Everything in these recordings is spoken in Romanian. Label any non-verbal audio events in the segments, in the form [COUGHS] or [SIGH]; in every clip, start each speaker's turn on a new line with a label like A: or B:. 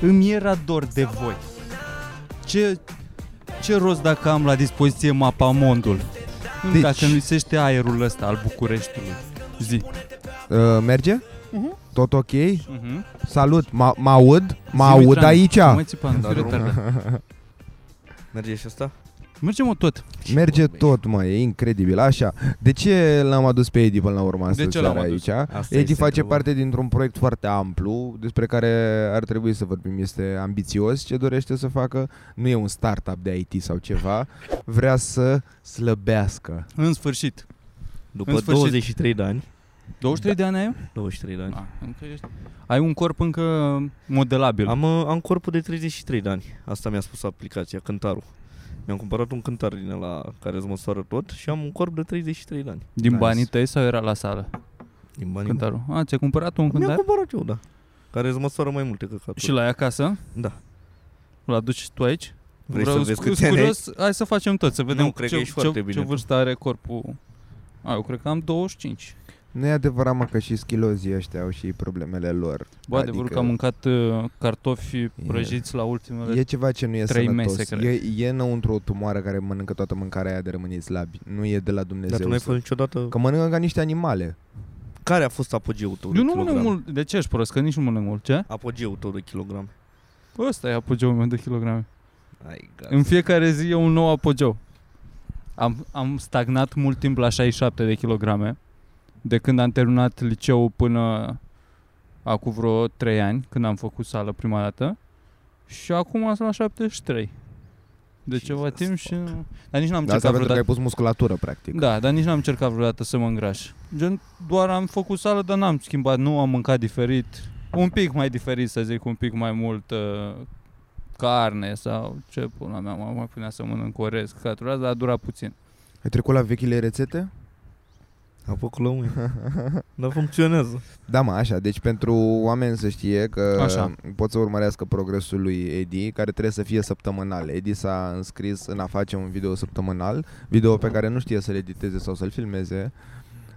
A: Îmi era dor de voi. Ce, ce rost dacă am la dispoziție mapamondul? Deci...
B: Deci-
A: Dacă nu lisește aerul ăsta al Bucureștiului. Zi.
B: Uh, merge? Tot ok?
A: Uh-huh.
B: Salut, mă mă aud? Mă aud aici?
A: Mă țipam,
C: Da,
A: fiu
C: drumul.
A: retardat.
C: Merge și asta?
A: Mergem-o tot.
B: Merge
C: vorbești?
B: tot, mă, e incredibil, așa. De ce l-am adus pe Edi până la urmă astăzi
A: ce l-am
B: seara
A: adus?
B: aici?
C: Asta
B: Edi
C: este
B: face
C: întrebarea.
B: parte dintr-un proiect foarte amplu despre care ar trebui să vorbim. Este ambițios ce dorește să facă, nu e un startup de IT sau ceva, vrea să slăbească.
A: În sfârșit.
C: După
A: În sfârșit.
C: 23 de ani.
A: 23 da. de ani ai? eu?
C: 23 de ani.
A: Ah, încă ești... Ai un corp încă modelabil.
C: Am, uh, am corpul de 33 de ani. Asta mi-a spus aplicația, cântarul. Mi-am cumpărat un cântar din la care îți măsoară tot și am un corp de 33 de ani.
A: Din
B: Nice.
A: banii tăi sau era la sală?
C: Din banii
A: Cântarul. A, ți-ai cumpărat un
C: mei. Mi-am
A: cântar?
C: cumpărat eu, da. Care îți măsoară mai multe căcaturi.
A: Și la ai acasă?
C: Da.
A: L aduci și tu aici?
C: Vrei să vezi
A: scu-
C: câți ani ai?
A: curios, hai să facem tot, să vedem
C: Nu, cred
A: ce,
C: că ești
A: ce,
C: foarte
A: ce,
C: bine
A: ce
C: tu.
A: vârstă are corpul. A, eu cred că am 25.
B: Nu e adevărat, mă, că și schilozii ăștia au și problemele lor.
A: Bă, adică... adevărul că am mâncat uh, cartofi prăjiți la ultimele...
B: E ceva ce nu e
A: Trei
B: sănătos.
A: mese, cred.
B: e, e înăuntru o tumoară care mănâncă toată mâncarea aia de rămâni slabi. Nu e de la Dumnezeu.
C: Dar tu n-ai
B: să-
C: fost niciodată...
B: Că mănâncă ca niște animale.
C: Care a fost apogeul tău de
A: Eu nu
C: kilogram?
A: mănânc mult. De ce ești prost? Că nici nu mănânc mult. Ce?
C: Apogeul tău de kilogram.
A: Bă, ăsta e apogeul meu de kilograme.
C: Ai, gata.
A: În fiecare zi e un nou apogeu. Am, am stagnat mult timp la 67 de kilograme. De când am terminat liceul până acum vreo 3 ani, când am făcut sală prima dată. Și acum sunt la 73. De
C: Jesus
A: ceva timp și...
C: fuck.
A: Dar nici n-am
B: Dar asta
A: încercat
B: pentru că
A: vreodată.
B: ai pus musculatură, practic.
A: Da, dar nici n-am încercat vreodată să mă îngraș. Gen, doar am făcut sală, dar n-am schimbat, nu am mâncat diferit. Un pic mai diferit, să zic, un pic mai mult uh, carne sau ce pula mea, mă mai punea să mănânc orez, căcatura, dar a durat puțin.
B: Ai trecut la vechile rețete?
C: Apă cu lămâie. Dar funcționează.
B: Da, mă, așa, deci pentru oameni să știe că
A: Așa.
B: pot să urmărească progresul lui Edi, care trebuie să fie săptămânal. Edi s-a înscris în a face un video săptămânal, video
C: Da.
B: pe care nu știe să-l editeze sau să-l filmeze.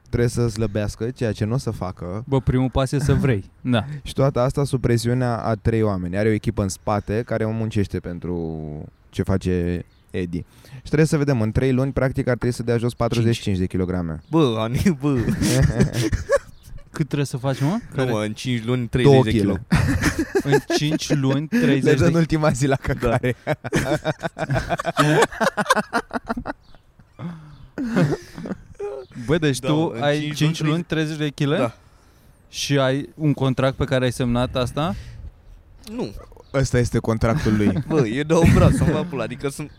B: Trebuie să slăbească, ceea ce nu o să facă.
A: Bă, primul pas e să vrei. Da.
B: Și toată asta sub presiunea a trei oameni. Are o echipă în spate care o muncește pentru ce face Edi. Și trebuie să vedem, în 3 luni, practic, ar trebui să dea jos 45 de kilograme.
C: [LAUGHS] Bă, Ani, bă.
A: Cât trebuie să faci, mă?
C: Nu, mă, în 5 luni 30
B: Două
C: de
B: kilo.
C: kilo.
A: În 5 luni, 30
B: Le dă
A: de
B: în ultima zi la căcare.
A: Bă, deci
C: Da,
A: tu
C: mă, în
A: ai
C: cinci
A: 5
C: luni,
A: luni, 30 de kg?
C: Da.
A: Și ai un contract pe care ai semnat asta?
C: Nu,
B: Ăsta este contractul lui.
C: bă, e de un braț, să-mi la pula, adică sunt...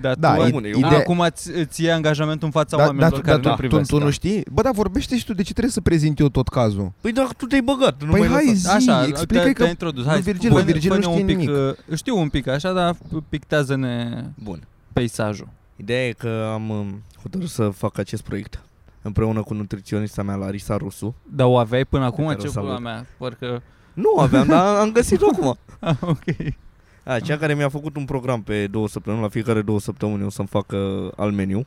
A: Dar
B: Da,
A: tu
C: e-
A: bune,
B: ide-
A: acum îți, îți iei angajamentul în
C: Da,
A: fața oamenilor
B: tu-
A: care
B: tu-
A: nu
B: tu,
A: privesc.
B: tu, nu
A: da.
B: știi? Bă, dar vorbește și tu, de ce trebuie să prezint eu tot cazul?
C: Păi dacă tu te-ai băgat, nu
B: Păi
C: mai
B: hai
C: lăsa.
B: zi,
A: Așa,
B: explică-i
A: te-ai
B: că...
A: introdus.
B: nu,
A: Hai,
B: Virgil,
A: spune-
B: bă, Virgil nu
A: spune un pic,
B: știe nimic.
A: uh, Știu un pic așa, dar pictează-ne
C: Bun,
A: peisajul.
C: ideea e că am um, hotărât să fac acest proiect împreună cu nutriționista mea, Larisa Rusu.
A: Dar o aveai până acum?
C: care o
A: Ce
C: salut.
A: pula mea?
C: [LAUGHS]
A: Parcă...
C: Nu aveam, dar am găsit acum.
A: Ah, ok.
C: A, cea care mi-a făcut un program pe două săptămâni, la fiecare două săptămâni o să-mi facă al meniu.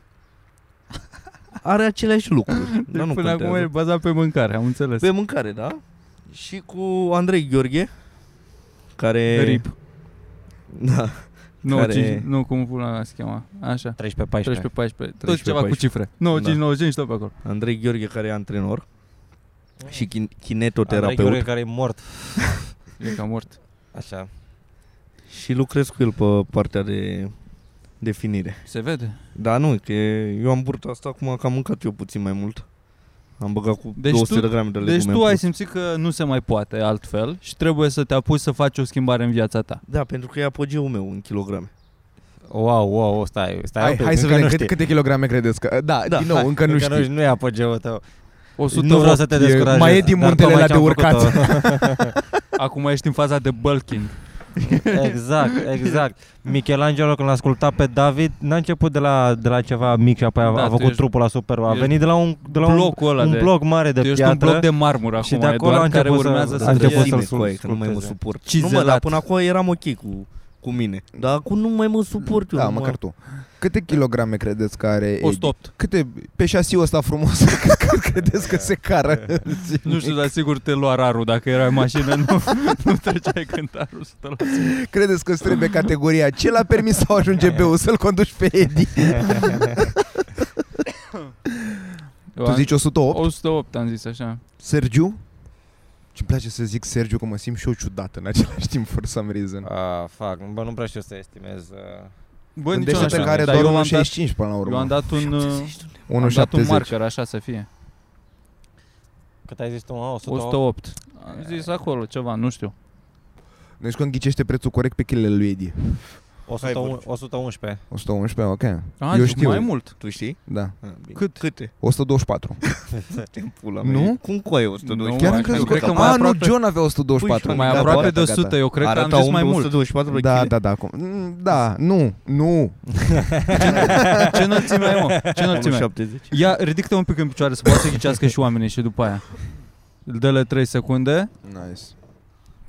C: Are aceleași
A: [LAUGHS]
C: lucruri, dar Da, nu
A: Până acum e
C: contează.
A: bazat pe mâncare, am înțeles.
C: Pe mâncare, da? Și cu Andrei Gheorghe, care...
A: Rip.
C: [LAUGHS] Da,
A: Nu,
C: care-
A: cinci- nu, cum pula mea se cheama. Așa.
D: 13 pe 14.
A: 13, 14, tot
C: 13,
A: ceva cu
C: 14.
A: cifre.
C: Da.
A: 95, 95, tot pe acolo.
C: Andrei Gheorghe care e antrenor și chin-
D: Andrei
C: kinetoterapeut
D: Gheorghe care e mort.
A: E ca mort.
D: Așa.
C: și lucrez cu el pe partea de definire.
A: Se vede.
C: Dar nu, că eu am burta asta acum că am mâncat eu puțin mai mult. Am băgat cu
A: Deci
C: deci 200
A: tu-
C: de grame de legume.
A: Deci
C: în
A: tu ai
C: plus.
A: simțit că nu se mai poate altfel și trebuie să te apuci să faci o schimbare în viața ta.
C: Da, pentru că e apogeul meu în kilograme.
D: Wow, wow, stai, stai.
B: Hai,
D: un pic,
B: hai să
D: încă
B: vedem
D: nu
B: câte,
D: știi.
B: câte kilograme credeți că... Da,
C: Da,
B: din nou,
D: Hai,
B: încă nu știi.
D: Nu, nu e apogeul tău.
A: 100
D: nu vreau să te
B: e-
D: descurajez.
B: mai e din
D: dar
B: muntele la
D: tocmai ce am
B: de urcat.
D: făcut-o.
A: Acum ești în faza de bulking.
D: exact, exact. Michelangelo când l-a ascultat pe David, n-a început de la, de la ceva mic și apoi a,
A: Da,
D: a
A: tu
D: făcut
A: ești-
D: trupul la super. A
A: ești
D: venit de la un, de la un,
A: blocul ăla
D: un
A: de,
D: bloc mare de
A: tu ești un
D: piatră.
A: bloc de marmură acum,
D: și de acolo
A: Eduard,
D: a
A: care
D: început să-
A: urmează să,
D: a început
A: fie
D: să-l
C: Zime cu aia, că nu mai mă
D: sculpteze.
C: suport. Nu mă,
A: Cizelat.
C: dar până acum eram ok cu, cu mine. Dar acum nu mai mă suport eu.
B: Da,
C: nu mă-
B: măcar tu. Câte kilograme credeți că are Edi?
A: 108.
B: Câte, pe șasiul ăsta frumos, [LAUGHS] cât, cât credeți că se cară?
A: [LAUGHS] Nu știu, dar sigur te lua rarul. Dacă erai în mașină, nu, [LAUGHS] nu treceai cântarul. să te lua.
B: Credeți că îți trebuie categoria ce la permis sau ajunge
A: [LAUGHS]
B: B-ul să-l conduci pe Edi?
A: Eu
B: Tu
A: am-
B: zici 108?
A: 108 am zis așa.
B: Sergiu? Ce-mi place să zic Sergiu, că mă simt și eu ciudat în același timp, for some reason.
D: Ah, fac, bă, nu prea știu să estimez. uh,
A: Bă, nici
B: deci
A: eu nu
D: ăsta
A: știu.
B: care are
A: Dar eu
B: doar
A: am dat,
B: 1,65 până la
A: eu am
B: urmă.
A: dat un, uh, am dat un
B: 1,70.
A: marker, așa să fie.
D: Cât ai zis tu, mă? 108?
A: 108. Am zis acolo ceva, nu știu.
B: Deci când ghicește prețul corect pe kilele lui Edi.
D: 101, 111.
B: 111, ok.
A: A,
B: eu
A: zic
B: știu.
A: mai mult.
C: Tu știi?
B: Da.
C: Ah, bine.
A: Cât?
C: Câte?
B: 124.
C: Te-mi Pula
B: Nu?
C: mea. Cum coaie 120?
A: Nu,
B: Chiar am
A: mai-
B: crezut
A: eu cred
B: că...
A: că mai
B: A, nu,
A: aproape-
B: John avea 124.
C: Pui,
A: Mai
B: Gata,
A: aproape
B: gata,
A: de 100,
B: gata.
A: eu cred că
C: Arăta
A: am zis
C: omul
A: mai mult.
C: 124 de
B: Da,
C: chile.
B: da, da. Acum. Mm, Da, nu, nu.
A: [LAUGHS] Ce înălțime ai, mă? Ce înălțime ai?
C: 170.
A: Ia, ridică-te un pic în picioare să poată să ghicească și oamenii și după aia. Dă-le 3 secunde.
B: Nice.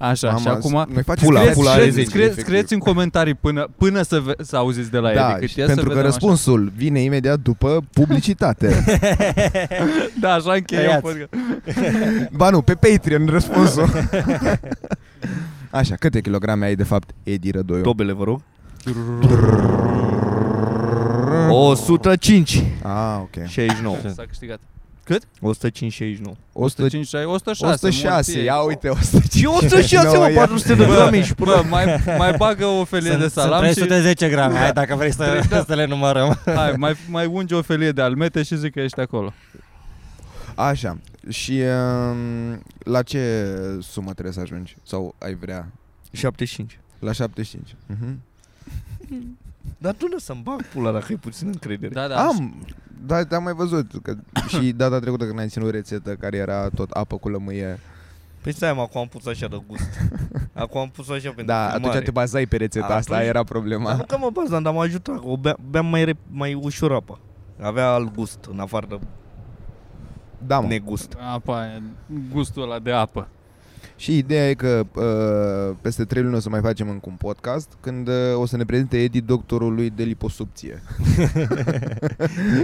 A: Așa, Da, și acum...
B: Noi facem
C: Pula,
B: scrieți-
A: Scrieți,
C: pula
A: scrieți,
C: Edi,
A: scrieți, scrieți în comentarii până, până să, ve- să auziți de la el.
B: da,
A: decât
B: și
A: e, să
B: pentru că
A: vedem așa.
B: răspunsul vine imediat după publicitate.
A: [LAUGHS] Da, așa încheiem.
D: Tăiați.
A: podcast.
B: ba nu, pe Patreon răspunsul. [LAUGHS] Așa, câte kilograme ai de fapt, Edi Rădoiu?
C: Dobele, vă rog. 105.
B: Ah, ok.
C: 69.
A: S-a câștigat. Deci,
C: 105, 69.
B: 100,
A: 105, 106.
B: 106,
A: mulți-
B: ia uite, 105.
C: Și
B: [LAUGHS]
C: 106,
B: Nouă,
C: mă,
B: ia.
C: 400 de grame și
A: Bă, mai, mai bagă o felie de
D: Sunt, sunt
A: salam și
D: 310 grame, hai dacă vrei să,
A: Da.
D: [LAUGHS] să le numărăm.
A: hai, mai, mai unge o felie de almete și zic că ești acolo.
B: Așa, și um, la ce sumă trebuie să ajungi? Sau ai vrea?
C: 75.
B: La 75. Uh-huh.
C: Dar tu nu să-mi bag pula dacă ai puțin încredere.
A: Da, da.
B: Am, da, te-am mai văzut
A: [COUGHS]
B: că și data trecută când ai ținut rețetă care era tot apă cu lămâie.
C: Păi stai, mă, acum am pus așa de gust. Acum am pus așa pentru
B: Da,
C: filmare.
B: atunci te bazai pe rețeta
C: Atunci-
B: asta, era
C: Dar [LAUGHS]
B: problema.
C: nu că mă bazam, dar m-a ajutat. O bea, beam mai, rep, mai ușor apa. Avea alt gust, în afară de
B: Da, mă.
C: negust.
A: Apa aia, gustul ăla de apă.
B: Și ideea e că uh, peste 3 luni o să mai facem încă un podcast când uh, o să ne prezinte Edi doctorul lui de liposupție.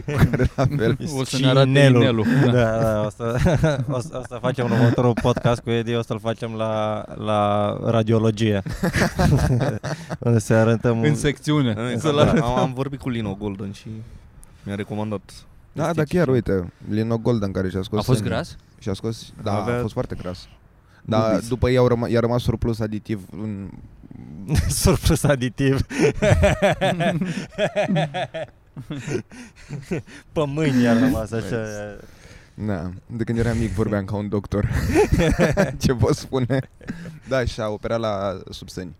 B: care la fel.
A: O să ne arate
D: Cinelul.
A: inelul. Da.
D: Da, da, o să, [LAUGHS] o, să, o să facem următorul podcast cu Edi, o să-l facem la, la
A: [LAUGHS]
D: radiologie. Unde se arătăm...
A: În secțiune.
C: Am,
A: Să la...
C: am, am vorbit cu Lino Golden și mi-a recomandat.
B: Da, dar
C: Destici.
B: chiar, uite, Lino Golden care și-a scos
A: A fost
B: sânge.
A: gras?
B: Și-a scos, da, a
C: Avea-
B: fost foarte gras. Dar
C: Bubis.
B: după ei au răma, i-a rămas surplus aditiv în...
D: [LAUGHS] Surplus
A: [LAUGHS]
D: aditiv. Pe mâini i-a rămas așa.
B: Na, Da, de când eram mic vorbeam ca un
C: [LAUGHS]
B: doctor. Ce vă spune? Da, și-a operat la subsăni.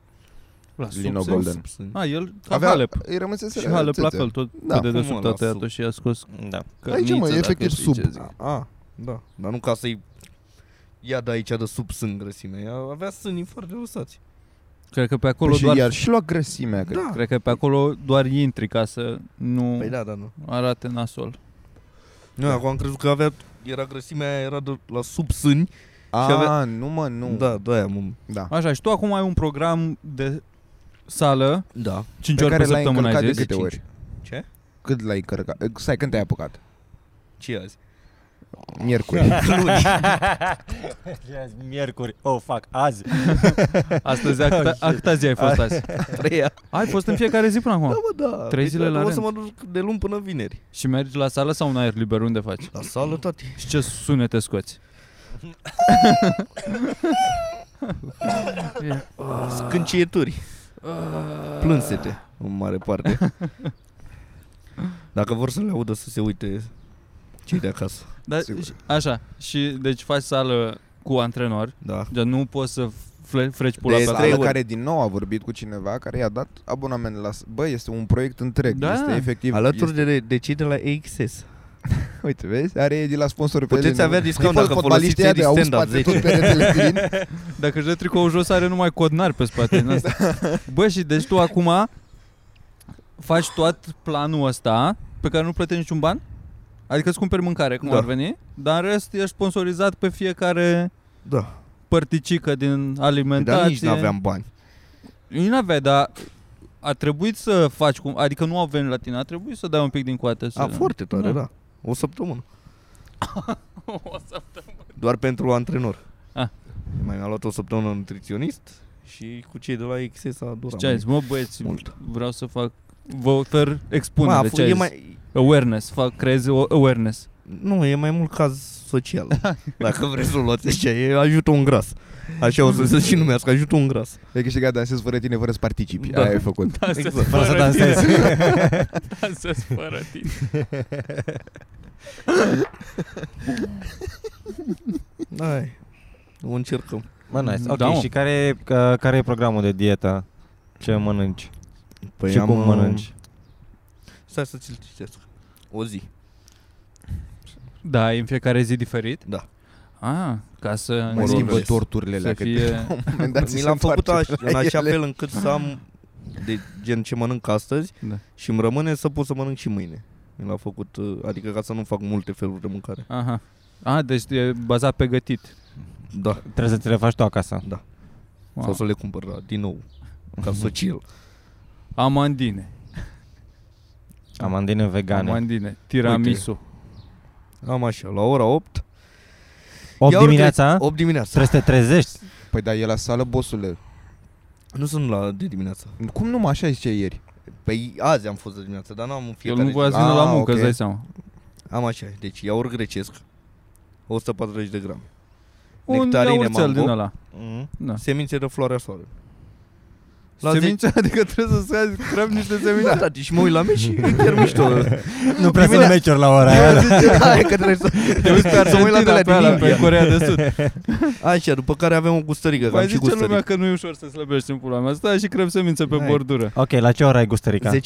A: La
B: Lino Golden.
A: A, el ca Avea... Halep.
B: Îi rămăsese
A: Și Halep la
B: țâțe.
A: fel, tot
B: Da,
A: da, de desubt
C: frumos,
A: toate
C: la
A: atunci și a scos
D: Da.
B: Aici, mă,
A: cărniță,
B: efectiv
A: dacă știi
B: sub.
A: ce zic.
C: A, da. Dar nu ca să-i ia de aici de sub sân grăsime. Ea avea sânii foarte rosați.
A: Cred că pe
B: Păi
A: acolo
B: și iar
A: doar...
B: și lua grăsimea, cred.
C: Da.
A: Cred că pe acolo doar intri ca să nu
C: Păi da, da, nu.
A: arate nasol.
C: Nu, acum am crezut că avea, era grăsimea aia, era de, la sub sâni.
B: A,
C: Și avea-
B: nu mă, nu.
C: Da, da, aia, mă.
B: da.
A: Așa, și tu acum ai un program de sală
C: Da.
A: 5
B: Pe
A: ori
B: care
A: pe
B: l-ai
A: săptămână,
B: încălcat
A: ai
B: de
A: zis?
B: câte ori?
C: Ce?
B: Cât l-ai încărcat? Eh, Stai, când te-ai
C: [LAUGHS]
B: apucat?
C: Ce e azi?
B: Miercuri.
A: [LAUGHS]
D: Azi, Miercuri. Oh, fuck, azi.
A: Astăzi, a
B: [LAUGHS]
A: câta, a câta zi ai fost azi?
C: Treia.
A: Ai fost în fiecare zi până acum.
C: Da, mă, da.
A: Trei zile
C: dar
A: la
C: O
A: rând.
C: să mă duc de luni până vineri.
A: Și mergi la sală sau în aer liber? Unde faci?
C: La sală, tati.
A: Și ce sunete scoți?
C: Ah. Scâncieturi. Ah. Plânsete, în mare [LAUGHS] parte. Dacă vor să le audă să se uite cei de acasă.
A: Da,
B: Sigur.
A: și- așa, și deci faci sală cu antrenor,
C: Da.
A: dar nu poți să fle, freci pula
B: De
A: pe acolo.
B: sală
C: ori.
B: Deci, care din nou a vorbit cu cineva care i-a dat abonament la... Bă, este un proiect întreg.
A: Da.
B: Este efectiv...
C: Alături
B: este-
C: de, de cei de la AXS.
B: Uite, vezi? Are Edi la sponsor pe
C: Puteți
B: ele,
C: avea
B: nu?
C: discount
B: Tipul
C: dacă
B: fotbaliștii
C: folosiți
B: ăia
C: Edi
B: de au
C: Stand-Up
B: spate
C: 10.
B: tot peretele
A: [LAUGHS]
B: plin.
A: Dacă își dă tricoul jos, are numai codnar pe spate. din asta. Bă, și deci tu acum faci tot planul ăsta pe care nu plătești niciun ban? Adică îți cumperi mâncare, cum
C: Da.
A: ar veni, dar în rest ești sponsorizat pe fiecare
C: Da.
A: părticică din alimentație.
C: Dar nici n-aveam bani.
A: Eu n-aveai, dar a trebuit să faci cum, adică nu au venit la tine, a trebuit să dai un pic din coate. Să
C: A, foarte tare,
A: Da.
C: da. O săptămână.
A: [LAUGHS] O să-
C: Doar pentru antrenor.
A: Ah.
C: Mai mi-a luat o săptămână nutriționist și cu cei de la XS a
A: Și
C: durat.
A: ce ai zis, mă băieți,
C: Mult.
A: vreau să fac, vă ofer
C: Mă, a
A: expunere,
C: f-
A: ce ai
C: e
A: zis?
C: mai,
A: Awareness, fac, creez o- awareness.
C: nu, e mai mult caz
A: [LAUGHS]
C: social.
A: Da.
C: dacă vreți să o luați așa, e ajută un gras. Așa o să se și numească, ajută un
A: [LAUGHS]
C: gras.
B: Ai câștigat dansezi fără tine, fără să participi.
C: Da.
B: Aia ai făcut.
C: Exact.
D: Fără să dansezi.
A: [LAUGHS] Dansez fără tine.
C: Hai, o încercăm.
D: Mă, nice. Ok,
A: Da, mă.
D: și care, e- ca- care e programul de dietă? Ce mănânci?
C: Păi
D: și cum
C: uh,
D: mănânci?
C: Stai să ți-l citesc. O zi.
A: Da, e în fiecare zi diferit?
C: Da.
A: Ah, ca să...
B: Mă
C: Mă
B: schimbă
C: rog,
B: torturile alea.
A: să
B: că
C: [LAUGHS]
A: fie...
B: la un moment dat
C: Mi
B: ți
C: l-am
B: se
C: făcut
B: întoarce
C: aș, în
B: la
C: așa
B: ele.
C: fel încât să am de gen ce mănânc astăzi
A: Da.
C: da. și îmi rămâne să pot să mănânc și mâine. Mi l-a făcut, uh, adică ca să nu fac multe feluri de mâncare.
A: Aha. A, deci e bazat pe gătit.
C: Da,
D: Trebuie să ți le faci tu acasă.
C: wow. sau să le cumpăr da, din nou, ca social.
A: Amandine.
D: Amandine vegane.
A: Amandine. Tiramisu.
C: Am așa, la ora 8.
D: 8 dimineața?
C: 8 dimineața.
D: Trebuie să te trezești.
B: Păi da, e la sală, bosule.
C: Nu sunt la de dimineața.
B: Cum nu mă așa zicea ieri?
C: Păi azi am fost de dimineața, dar n-am în
A: El
C: fiecare
A: nu voia să
C: zi.
A: vină la
B: Ah,
A: muncă,
B: ok.
A: îți dai seama.
C: Am așa, deci iaurt grecesc, 140 de grame.
A: Un
C: Nectarine
A: iaurțel
C: mango.
A: din ăla.
D: Mm.
A: Da.
C: Semințe de floarea soarelui. La zi-
A: Semințe, adică trebuie să scazi crăb niște semințe.
C: Da, tati, și mă uit la meci și e chiar mișto.
D: Nu prea sunt
C: Diminea-
D: meciuri la ora aia.
C: Eu zice,
B: [LAUGHS]
C: da, e că trebuie să...
A: Te uiți pe
C: Să mă uit la de
A: Argentina,
C: la
A: pe, ala,
C: din
A: pe
C: India.
A: Corea de Sud.
C: Așa, după care avem o gustărică, că
A: Mai
C: am și
A: zice lumea
C: gustărică.
A: că nu e ușor să slăbești în pula mea. Stai și crăb semințe pe
C: Hai.
A: bordură.
D: Ok, la ce oră ai gustărica?
C: 10.30.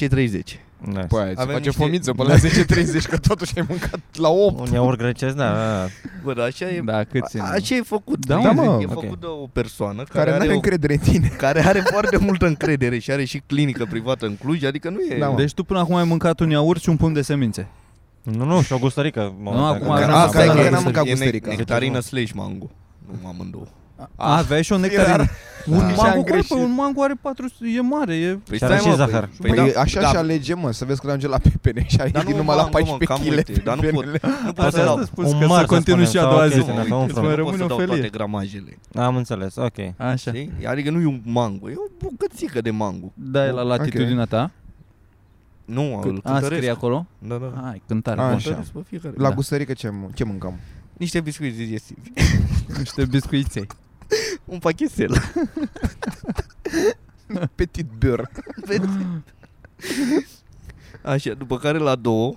D: Nice.
B: Păi aia, ți
C: Avem
B: face
C: niște-
B: fomiță până la 10.30 că totuși ai mâncat la 8.
D: Un iaurt grecesc, da, da, da.
C: Bă, dar așa e...
A: Da, câți
C: a-
A: ani?
C: Așa e făcut.
A: Da,
C: e,
B: mă.
C: E
D: Ok.
C: făcut de o persoană care,
B: Care nu
C: are,
B: are
C: o,
B: încredere în tine.
C: care are foarte multă încredere și are și clinică privată în Cluj, adică nu e...
B: Da, mă.
A: Deci tu până acum ai mâncat un iaurt și un pumn de semințe.
D: Nu, nu, și o gustărică. momentan.
A: acum
D: Că-
A: ajung
C: Că-
A: la
C: asta
A: asta,
C: e
A: că
C: că
B: n-am mâncat
C: e
B: gustărică.
C: Nectarină slash mango. Nu amândouă.
A: A, Ah, aveai și o nectarină. Un
B: Da. Și am
A: mango, băi,
B: greșit.
A: păi, un mango are 400, e mare, e...
C: Păi
D: Și are și zahăr.
C: păi-
B: Păi
C: păi da,
B: așa
C: da,
B: și alege, mă, să vezi că ajunge la pepene și ai
C: Dar
B: din
C: nu
B: numai la
C: mango, mă,
B: 14
C: cam
B: kg
C: uite, dar nu pot.
B: pepenele.
C: Nu pot să
A: Asta
C: dau.
A: asta spus
D: Un
A: că
D: măr,
A: să
D: să
A: continui și
D: spunem,
A: a
D: sau
A: doua
D: o
A: zi.
D: chestie, sau un
A: Îți
D: fruct.
A: mai
C: Nu pot
A: rămâne
C: să
A: o
C: dau toate
A: felie.
C: gramajele.
D: Am înțeles, ok.
A: Așa.
C: Știi? Adică nu e un mango, e o bucățică de mango.
A: Da, e la latitudinea ta.
C: Nu, îl
A: A, scrie
C: cântăresc.
A: acolo?
C: Da, da.
A: Hai, cântare.
B: A,
A: bun.
B: așa.
C: Cântăresc pe fiecare.
B: La
A: Da.
B: gustărică ce, mân- ce mâncam?
C: Niște biscuiți digestivi.
A: [LAUGHS] Niște biscuiței.
C: [LAUGHS] Un pachetel.
B: Petit beurre.
C: Așa, după care la două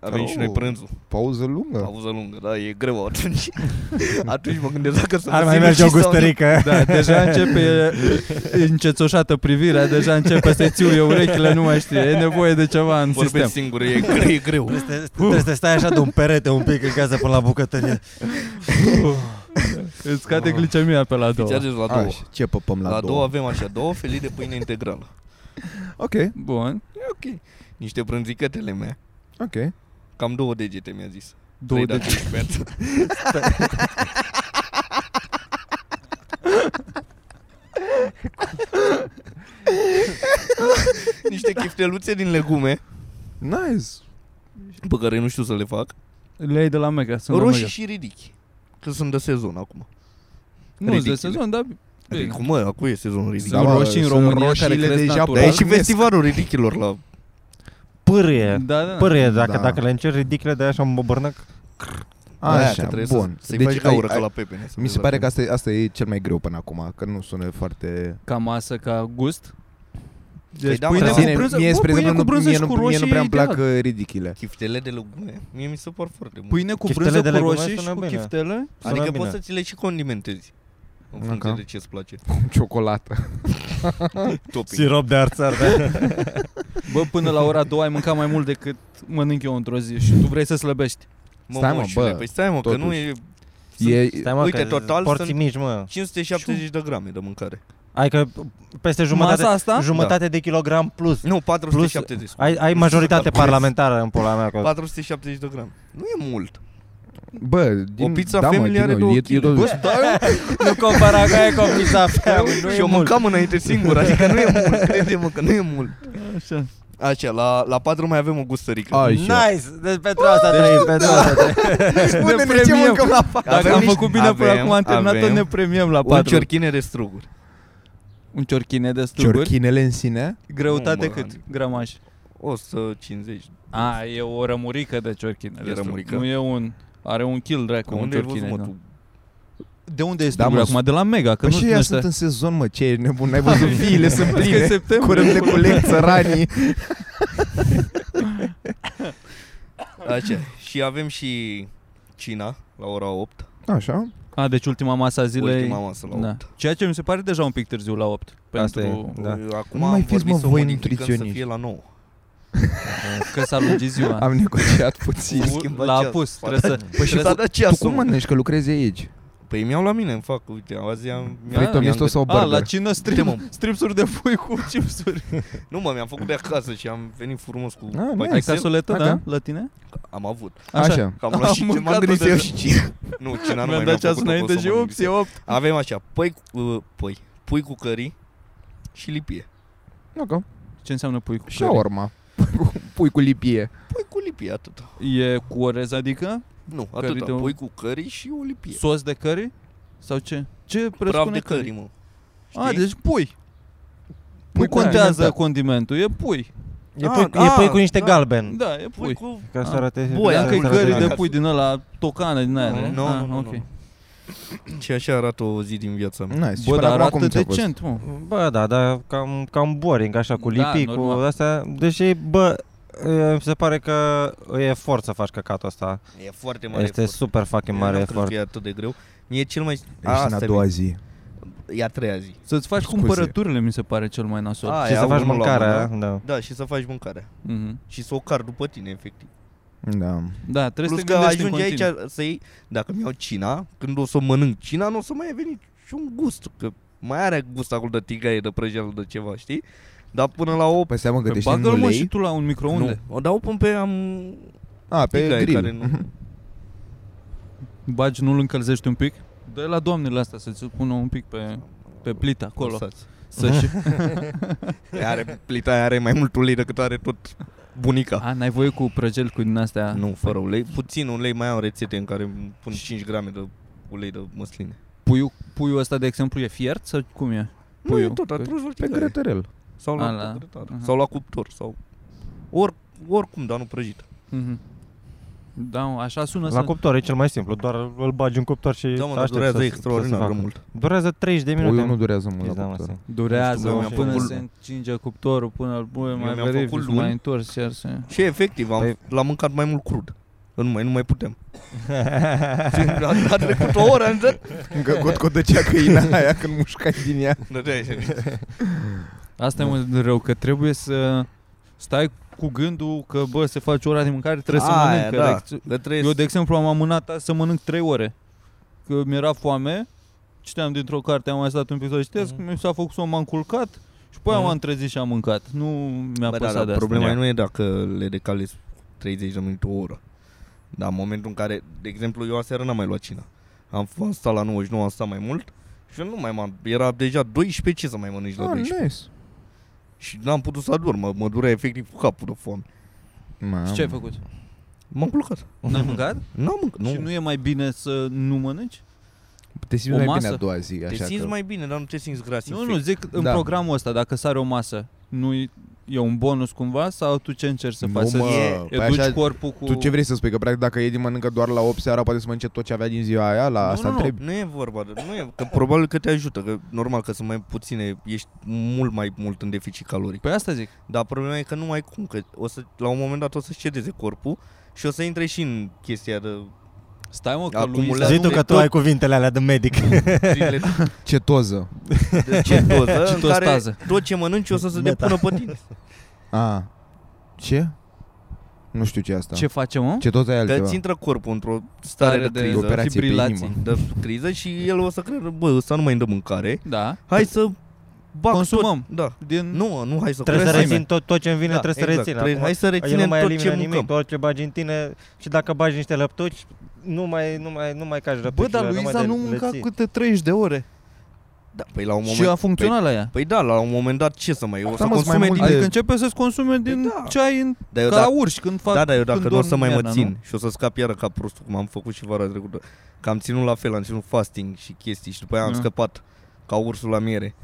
C: avem
B: Oh.
C: și noi prânzul.
B: Pauză lungă.
C: Pauză lungă, da, e greu atunci. [LAUGHS] atunci mă gândesc dacă să
D: Ar
C: mă
D: mai
C: simt
D: merge o
C: și sau nu.
D: gustărică.
A: Da, deja începe e încețoșată privirea, deja începe să țiuie urechile, nu mai știe. E nevoie de ceva în
C: Vorbesc
A: sistem.
C: singur, e
D: [LAUGHS]
C: greu, e greu.
D: Trebuie să- Trebuie să stai așa de un perete un pic în casă până la bucătărie.
A: Îți scade glicemia pe la două.
C: Fiți la două.
B: Așa, ce păpăm la,
C: La două
B: două?
C: avem așa, două felii de pâine integrală.
B: Ok,
A: Bun.
C: Ok. Niște brânzicătele mea.
B: ok.
C: Cam două degete mi-a zis.
A: Două
C: Trei,
A: de...
C: dacă ești beat. Niște chifteluțe din legume
B: Nice.
C: Pe care nu știu să le fac
A: Le iei de la Mega. Sunt
C: Sunt
A: la
C: Roșii
A: Mega.
C: și ridichi Că sunt de sezon acum
A: Nu, sunt de
C: ridicule.
A: sezon, dar...
C: Adică mă, acum e sezon ridichi
A: Da,
C: da,
A: Sunt
B: mă,
A: roșii în
B: sunt
A: România care
B: roșiile
A: cresc
B: deja
A: natural.
C: Dar e și
B: pornesc.
C: festivalul ridichilor la
D: Pârie.
A: Da, da.
D: Pârie, dacă,
B: Da.
D: dacă le încerci ridicile de așa un bobărnac.
C: aia,
B: Așa,
C: că trebuie
B: bun.
C: să, Să-i deci, faci ca
B: ai-
C: ură ca
B: ai-
C: la pepene să
B: Mi
C: vezi
B: se pare
C: dacă-
B: că asta, e- asta e cel mai greu până acum, că nu sună foarte...
A: Ca masă, ca gust.
C: Păi
A: Deci
C: da,
A: pâine
C: mă,
A: cu
C: dar-
A: brânză,
B: mie,
A: bă,
B: spre
A: pâine
B: exemplu,
A: cu
B: nu-
A: brânză
B: mie,
A: și
B: nu,
A: cu
B: mie
A: roșii
B: nu
A: e
B: prea îmi
A: ideal.
B: plac uh,
A: [LAUGHS]
B: ridichile.
C: Chiftele de legume Mie mi se par foarte bune
A: Pâine cu
D: Chiftele
A: brânză,
D: de
A: cu
D: legume
A: roșii și
D: sună
A: cu
D: bine.
A: chiftele.
D: Sună
C: Adică
D: bine.
C: poți să ți le și condimentezi În funcție
B: Ok.
C: de ce-ți [LAUGHS] place
B: Ciocolată.
C: Topping
D: Sirop de arțar, da.
A: Bă, până la ora 2 ai mâncat mai mult decât mănânc eu într-o zi și tu vrei să slăbești.
C: Mă,
B: Stai, mă,
C: moșule,
B: bă,
C: Păi stai mă, că nu
B: totuși.
C: e
B: E,
D: Stai mă,
C: Uite,
D: că
C: total
D: porții
C: sunt-
D: mici, mă.
C: 570 de grame de mâncare.
D: Ai că peste jumătate,
A: Masa asta?
D: jumătate de kilogram plus.
C: Nu, 470.
D: Ai, ai majoritate parlamentară în pula mea. Cu...
C: 470 de grame. Nu e mult.
B: Bă, din,
C: O pizza
B: da, mă,
C: family
B: din
C: are
B: nou,
C: două
B: e, e
C: kg.
B: tot,
C: Bă, stai!
D: Nu compara ca aia cu o pizza family, nu
C: Și
D: e
C: eu
D: mult.
C: mâncam înainte singur, adică nu e mult, crede-mă că nu e mult.
A: Așa.
C: Așa, la, la patru mai avem o gustărică.
B: Ai, și eu.
D: Nice! Deci pentru asta trăim, pentru asta trăim.
B: Spune-ne ce
A: premium.
B: mâncăm la fac.
A: Dacă
C: Avem
A: am
C: niște-
A: făcut bine până
C: avem-
A: acum, am terminat
C: avem
A: ne premiem la
C: Un
A: 4.
C: ciorchine de struguri.
A: un ciorchine de struguri.
B: Ciorchinele în sine?
A: Greutate
C: Nu, mă,
A: cât? Gramaj.
C: 150.
A: A, e o rămurică de ciorchine. de struguri.
C: rămurică.
A: Nu e un... Are un kill dracu,
C: Că
A: un
C: unde ai văzut,
A: ciorchine.
C: mă,
A: da.
C: tu?
A: De unde este
B: Da,
A: da,
B: mă,
A: acum? De la Mega, că
B: Păi
A: nu
B: și
A: nu
B: ea sunt
A: este-
B: în sezon, mă, ce ești nebun, n-ai
A: [LAUGHS]
B: văzut fiile sunt
A: Vezi că e
B: pline.
A: septembrie.
B: Curând le culeg țăranii.
C: Așa. Și avem și cina la ora 8.
B: Așa.
A: A, deci ultima masă a zilei.
C: Ultima masă la 8.
A: Da. Ceea ce mi se pare deja un pic târziu la 8.
D: Asta
A: Pentru
D: e, da.
C: Acum
B: Nu mai
C: am
B: fiți,
C: vorbit
B: mă,
C: să
B: voi
C: modificăm
B: nutriționiști.
C: Să fie la 9.
A: că s-a lungit
C: [LAUGHS]
A: ziua.
B: Am negociat puțin.
A: Cu-
C: schimbat
A: L-a
C: ceas.
A: pus. Trebuie să...
C: Păi și
A: trebuie
C: s-a
A: să-
C: dat
B: Tu cum
C: ceasul. mă.
B: mănânci, că lucrezi aici?
C: Păi mi-au la mine, îmi fac, uite, azi am... mi-am-
B: Frito
C: mi-am
B: misto
C: gătit-
B: sau
A: A, la
B: burger?
A: cină
C: Uite,
A: strip,
C: mă,
A: stripsuri de pui cu chipsuri.
C: Nu mă, mi-am făcut de acasă și am venit frumos cu
B: Ah,
A: Ai
C: pachetel.
A: casoletă, da?
B: Dacă?
A: La tine?
C: Am avut.
B: Așa.
C: Că am luat și ce m-am
A: mâncat-o
C: gândit
A: deja.
C: eu și cine. Nu, cina nu mai
A: Mi-am
C: mi-am
A: dat ceasul
C: făcut-o, că o
A: înainte
C: să
A: și
C: mă
A: ups, e 8.
C: Avem așa, păi, cu- uh, păi, pui cu cării și lipie.
B: Ok.
A: Ce înseamnă pui cu
B: Și
A: curry?
B: urma. [LAUGHS] Pui cu lipie.
C: Pui cu lipie, atât.
A: E cu orez, adică?
C: Nu,
A: Curry
C: atât.
A: de un-
C: Pui cu cării și o lipie.
A: Sos de curry? Sau ce? Ce
C: Praf
A: presupune
C: de cării,
A: curry?
C: mă.
A: A,
C: Știi?
A: deci pui. Nu
B: Pui cu
A: contează
B: alimentar.
A: condimentul, e pui.
D: E
C: Ah,
D: pui, cu- e
C: da,
D: pui cu niște
C: da.
D: galben.
A: Da, e
C: Pui
A: pui.
C: cu...
D: Ca să
A: Ah.
D: arate...
C: Boi,
D: da,
A: Dacă e
D: să arate
A: curry de
D: acasă.
A: pui din ăla, tocană din aia.
C: Nu,
A: ne?
C: nu,
A: Ah,
C: nu, nu,
A: ok.
C: nu. Și așa arată o zi din viața mea.
B: Nice. Și
A: Bă,
B: până
A: dar
B: acum
A: arată
B: cum ți-a fost?
A: decent, mă.
D: Bă, da, dar cam, cam boring, așa, cu
A: Da,
D: lipii, cu
A: normal.
D: astea. Deși, bă, e, mi se pare că e efort să faci căcatul ăsta.
C: E foarte mare
D: Este
C: efort.
D: super fucking
C: Eu
D: mare
C: n-am crezut
D: efort.
C: că e atât de greu. Mie cel mai...
B: Ești în a
C: e-
B: doua zi.
C: E a treia zi.
A: Să-ți faci
B: Scuze.
A: cumpărăturile, mi se pare cel mai nasol.
C: Ah,
D: Și
C: aia,
D: să faci
C: unul la
D: mâncarea,
C: mână.
D: da.
C: Da, și să faci mâncarea.
A: Mhm.
C: Și să o car după tine, efectiv.
B: Da.
A: Da, trebuie
C: Plus
A: să
C: că
A: te gândești în
C: ajungi
A: continuu.
C: aici să iei... Dacă mi iau cina, când o să mănânc cina, nu o să mai veni și un gust. Că mai are gust acolo de tigaie, de prăjeală, de ceva, știi? Dar până la 8...
B: Păi seama că
A: Păi
B: te știi în
A: bagă-l mă și
B: ulei.
A: tu la un microunde.
C: Nu. O dau până pe am...
B: A, pe
C: tigaie Care
B: grill.
C: [LAUGHS] nu...
A: Bagi, nu-l încălzești un pic? Dă la doamnele astea să-ți pună un pic pe, pe plită acolo.
C: Lăsați.
A: Să
C: [LAUGHS]
A: și...
C: Are, plita aia are mai mult ulei decât are tot bunica.
A: A, n-ai voie cu prăjel cu din astea?
C: Da. Nu, fără ulei. Puțin ulei, mai am rețete în care îmi pun 5 grame de ulei de măsline.
A: Puiul, puiul ăsta, de exemplu, e fiert sau cum e?
C: Nu, e
A: Puiu.
C: tot, a trus la
B: Pe
C: tigaie.
B: grătărel.
C: Sau
A: A,
C: la,
A: la-
C: la
A: aha.
C: sau la cuptor, sau or, oricum, dar nu prăjit.
A: Mhm. Da, mă, așa sună
D: La
A: să...
D: cuptor e cel mai simplu, doar îl îl bagi în cuptor și
C: Da, mă, dar
D: aștepți
C: durează
D: să- să se
C: extraordinar de
D: facă.
C: mult.
D: Durează 30 de minute.
B: Puiul nu durează mult
D: Pizda,
B: la
D: Exact, mă,
B: cuptor.
C: [LAUGHS]
D: să-
A: Durează,
C: Nu
A: mă,
C: știu,
A: până
C: mi-am
A: se încinge cuptorul, până îl pui, mai
C: mi-am
A: verifici,
C: făcut
A: mai
C: luni.
A: întors iar se...
C: Și efectiv, am,
D: Păi-
C: l-am mâncat mai mult crud. Că Nu mai, nu mai putem. [LAUGHS] a, a trecut o oră, am [LAUGHS] zis.
B: Încă cot cot de cea căina aia când mușcai din ea.
C: Dădeai și-
A: Asta e mult rău, că trebuie să stai cu gândul că, bă, se face ora de mâncare, trebuie să
C: Aia,
A: mănânc. că
C: da.
A: dacă-
C: Le
A: Eu,
C: trebuie
A: de exemplu, am amânat azi să mănânc 3 ore. Că mi-era foame, citeam dintr-o carte, am mai stat un pic să o citesc,
D: Mhm.
A: mi s-a făcut somn, m-am culcat și pe aia
D: Mhm.
A: m-am trezit și am mâncat. Nu mi-a
C: Bă, da,
A: păsat
C: da,
A: de asta.
C: problema nu e dacă le decalezi 30 de minute, o oră. Dar în momentul în care, de exemplu, eu aseară n-am mai luat cina. Am f- am stat la 99, am stat mai mult și nu mai m-am... Era deja 12, ce să mai mănânci la
B: Ah,
C: 12?
B: nice.
C: Și n-am putut să adorm, mă, mă durea efectiv capul de foame.
A: Și ce ai făcut?
C: M-am culcat.
A: N-ai mâncat?
C: [LAUGHS] N-am mâncat,
A: Nu. Da, Și nu e mai bine să nu mănânci?
B: Te simți
A: O
B: mai
A: masă?
B: bine a doua zi,
C: Te
B: așa
C: simți
B: că...
C: mai bine, dar nu te simți gras.
A: Nu,
C: infect.
A: nu, zic în
B: Da.
A: programul ăsta, dacă sare o masă, nu e un bonus cumva sau tu ce încerci să
B: Nu,
A: faci? Să
B: mă,
A: educi
B: păi așa-
A: corpul cu...
B: Tu ce vrei să spui? Că practic dacă e din mănâncă doar la 8 seara, poate să mănânce tot ce avea din ziua aia? La
C: nu,
B: asta
C: nu,
B: întreb.
C: nu, nu e vorba de, nu e, că probabil că te ajută, că normal că sunt mai puține, ești mult mai mult în deficit caloric.
A: Păi asta zic.
C: Dar problema e că nu mai cum, că o să, la un moment dat o să-și cedeze corpul și o să intre și în chestia de
A: Stai mă că lui...
C: Acumulează.
D: Zi tu că tu ai cuvintele alea de
C: [LAUGHS]
D: medic.
C: zile
B: Cetoză.
C: [LAUGHS] de cetoză, în care Da.
A: Citostază.
C: tot ce mănânci o să se
D: Meta.
C: depună pe tine.
B: A. Ce? Nu știu ce e asta.
A: Ce facem, mă?
B: Cetoză e
C: Că
B: altceva.
C: îți intră corpul într-o stare de,
B: de
C: criză,
B: operație pe
A: fibrilații.
B: inimă.
C: de criză și el o să creadă, bă, ăsta nu mai dă mâncare,
A: Da.
C: hai să bag
A: Consumăm.
C: Tot. Da.
A: Din...
C: Nu, nu, hai să
D: Trebuie să
C: consumăm.
D: rețin tot, tot ce îmi vine,
C: Da,
D: trebuie să
C: exact.
D: rețin.
C: Trebuie-
D: Acum,
C: hai să
D: el nu
C: reținem
D: mai
C: tot ce
D: elimină
C: mâncăm.
D: nimic, tot ce bagi în tine și dacă bagi niște lăptuci, nu mai, nu mai, nu mai cași
A: Bă,
D: răpăcirea.
A: dar Luiza nu mânca
D: cu...
A: câte 30 de ore
C: Da, păi la un moment...
A: și a funcționat la ea.
C: Păi, păi da, la un moment dat ce să mai... O
B: Da,
C: să
B: mă, sunt mai
C: consume
B: mult
C: din...
B: de-
A: Adică începe să-ți consume din
C: da.
A: ceai în,
C: Dar eu
A: ca
C: da-
A: la urși când fac
C: Da, dar eu dacă
A: Păi, când
C: nu o să
A: dorm
C: mai mă
A: iarna,
C: țin
A: nu?
C: și o să scap iară ca prostul cum am făcut și vara trecută. Că am ținut la fel, am ținut fasting și chestii și după aia am
A: Da.
C: scăpat ca ursul la miere.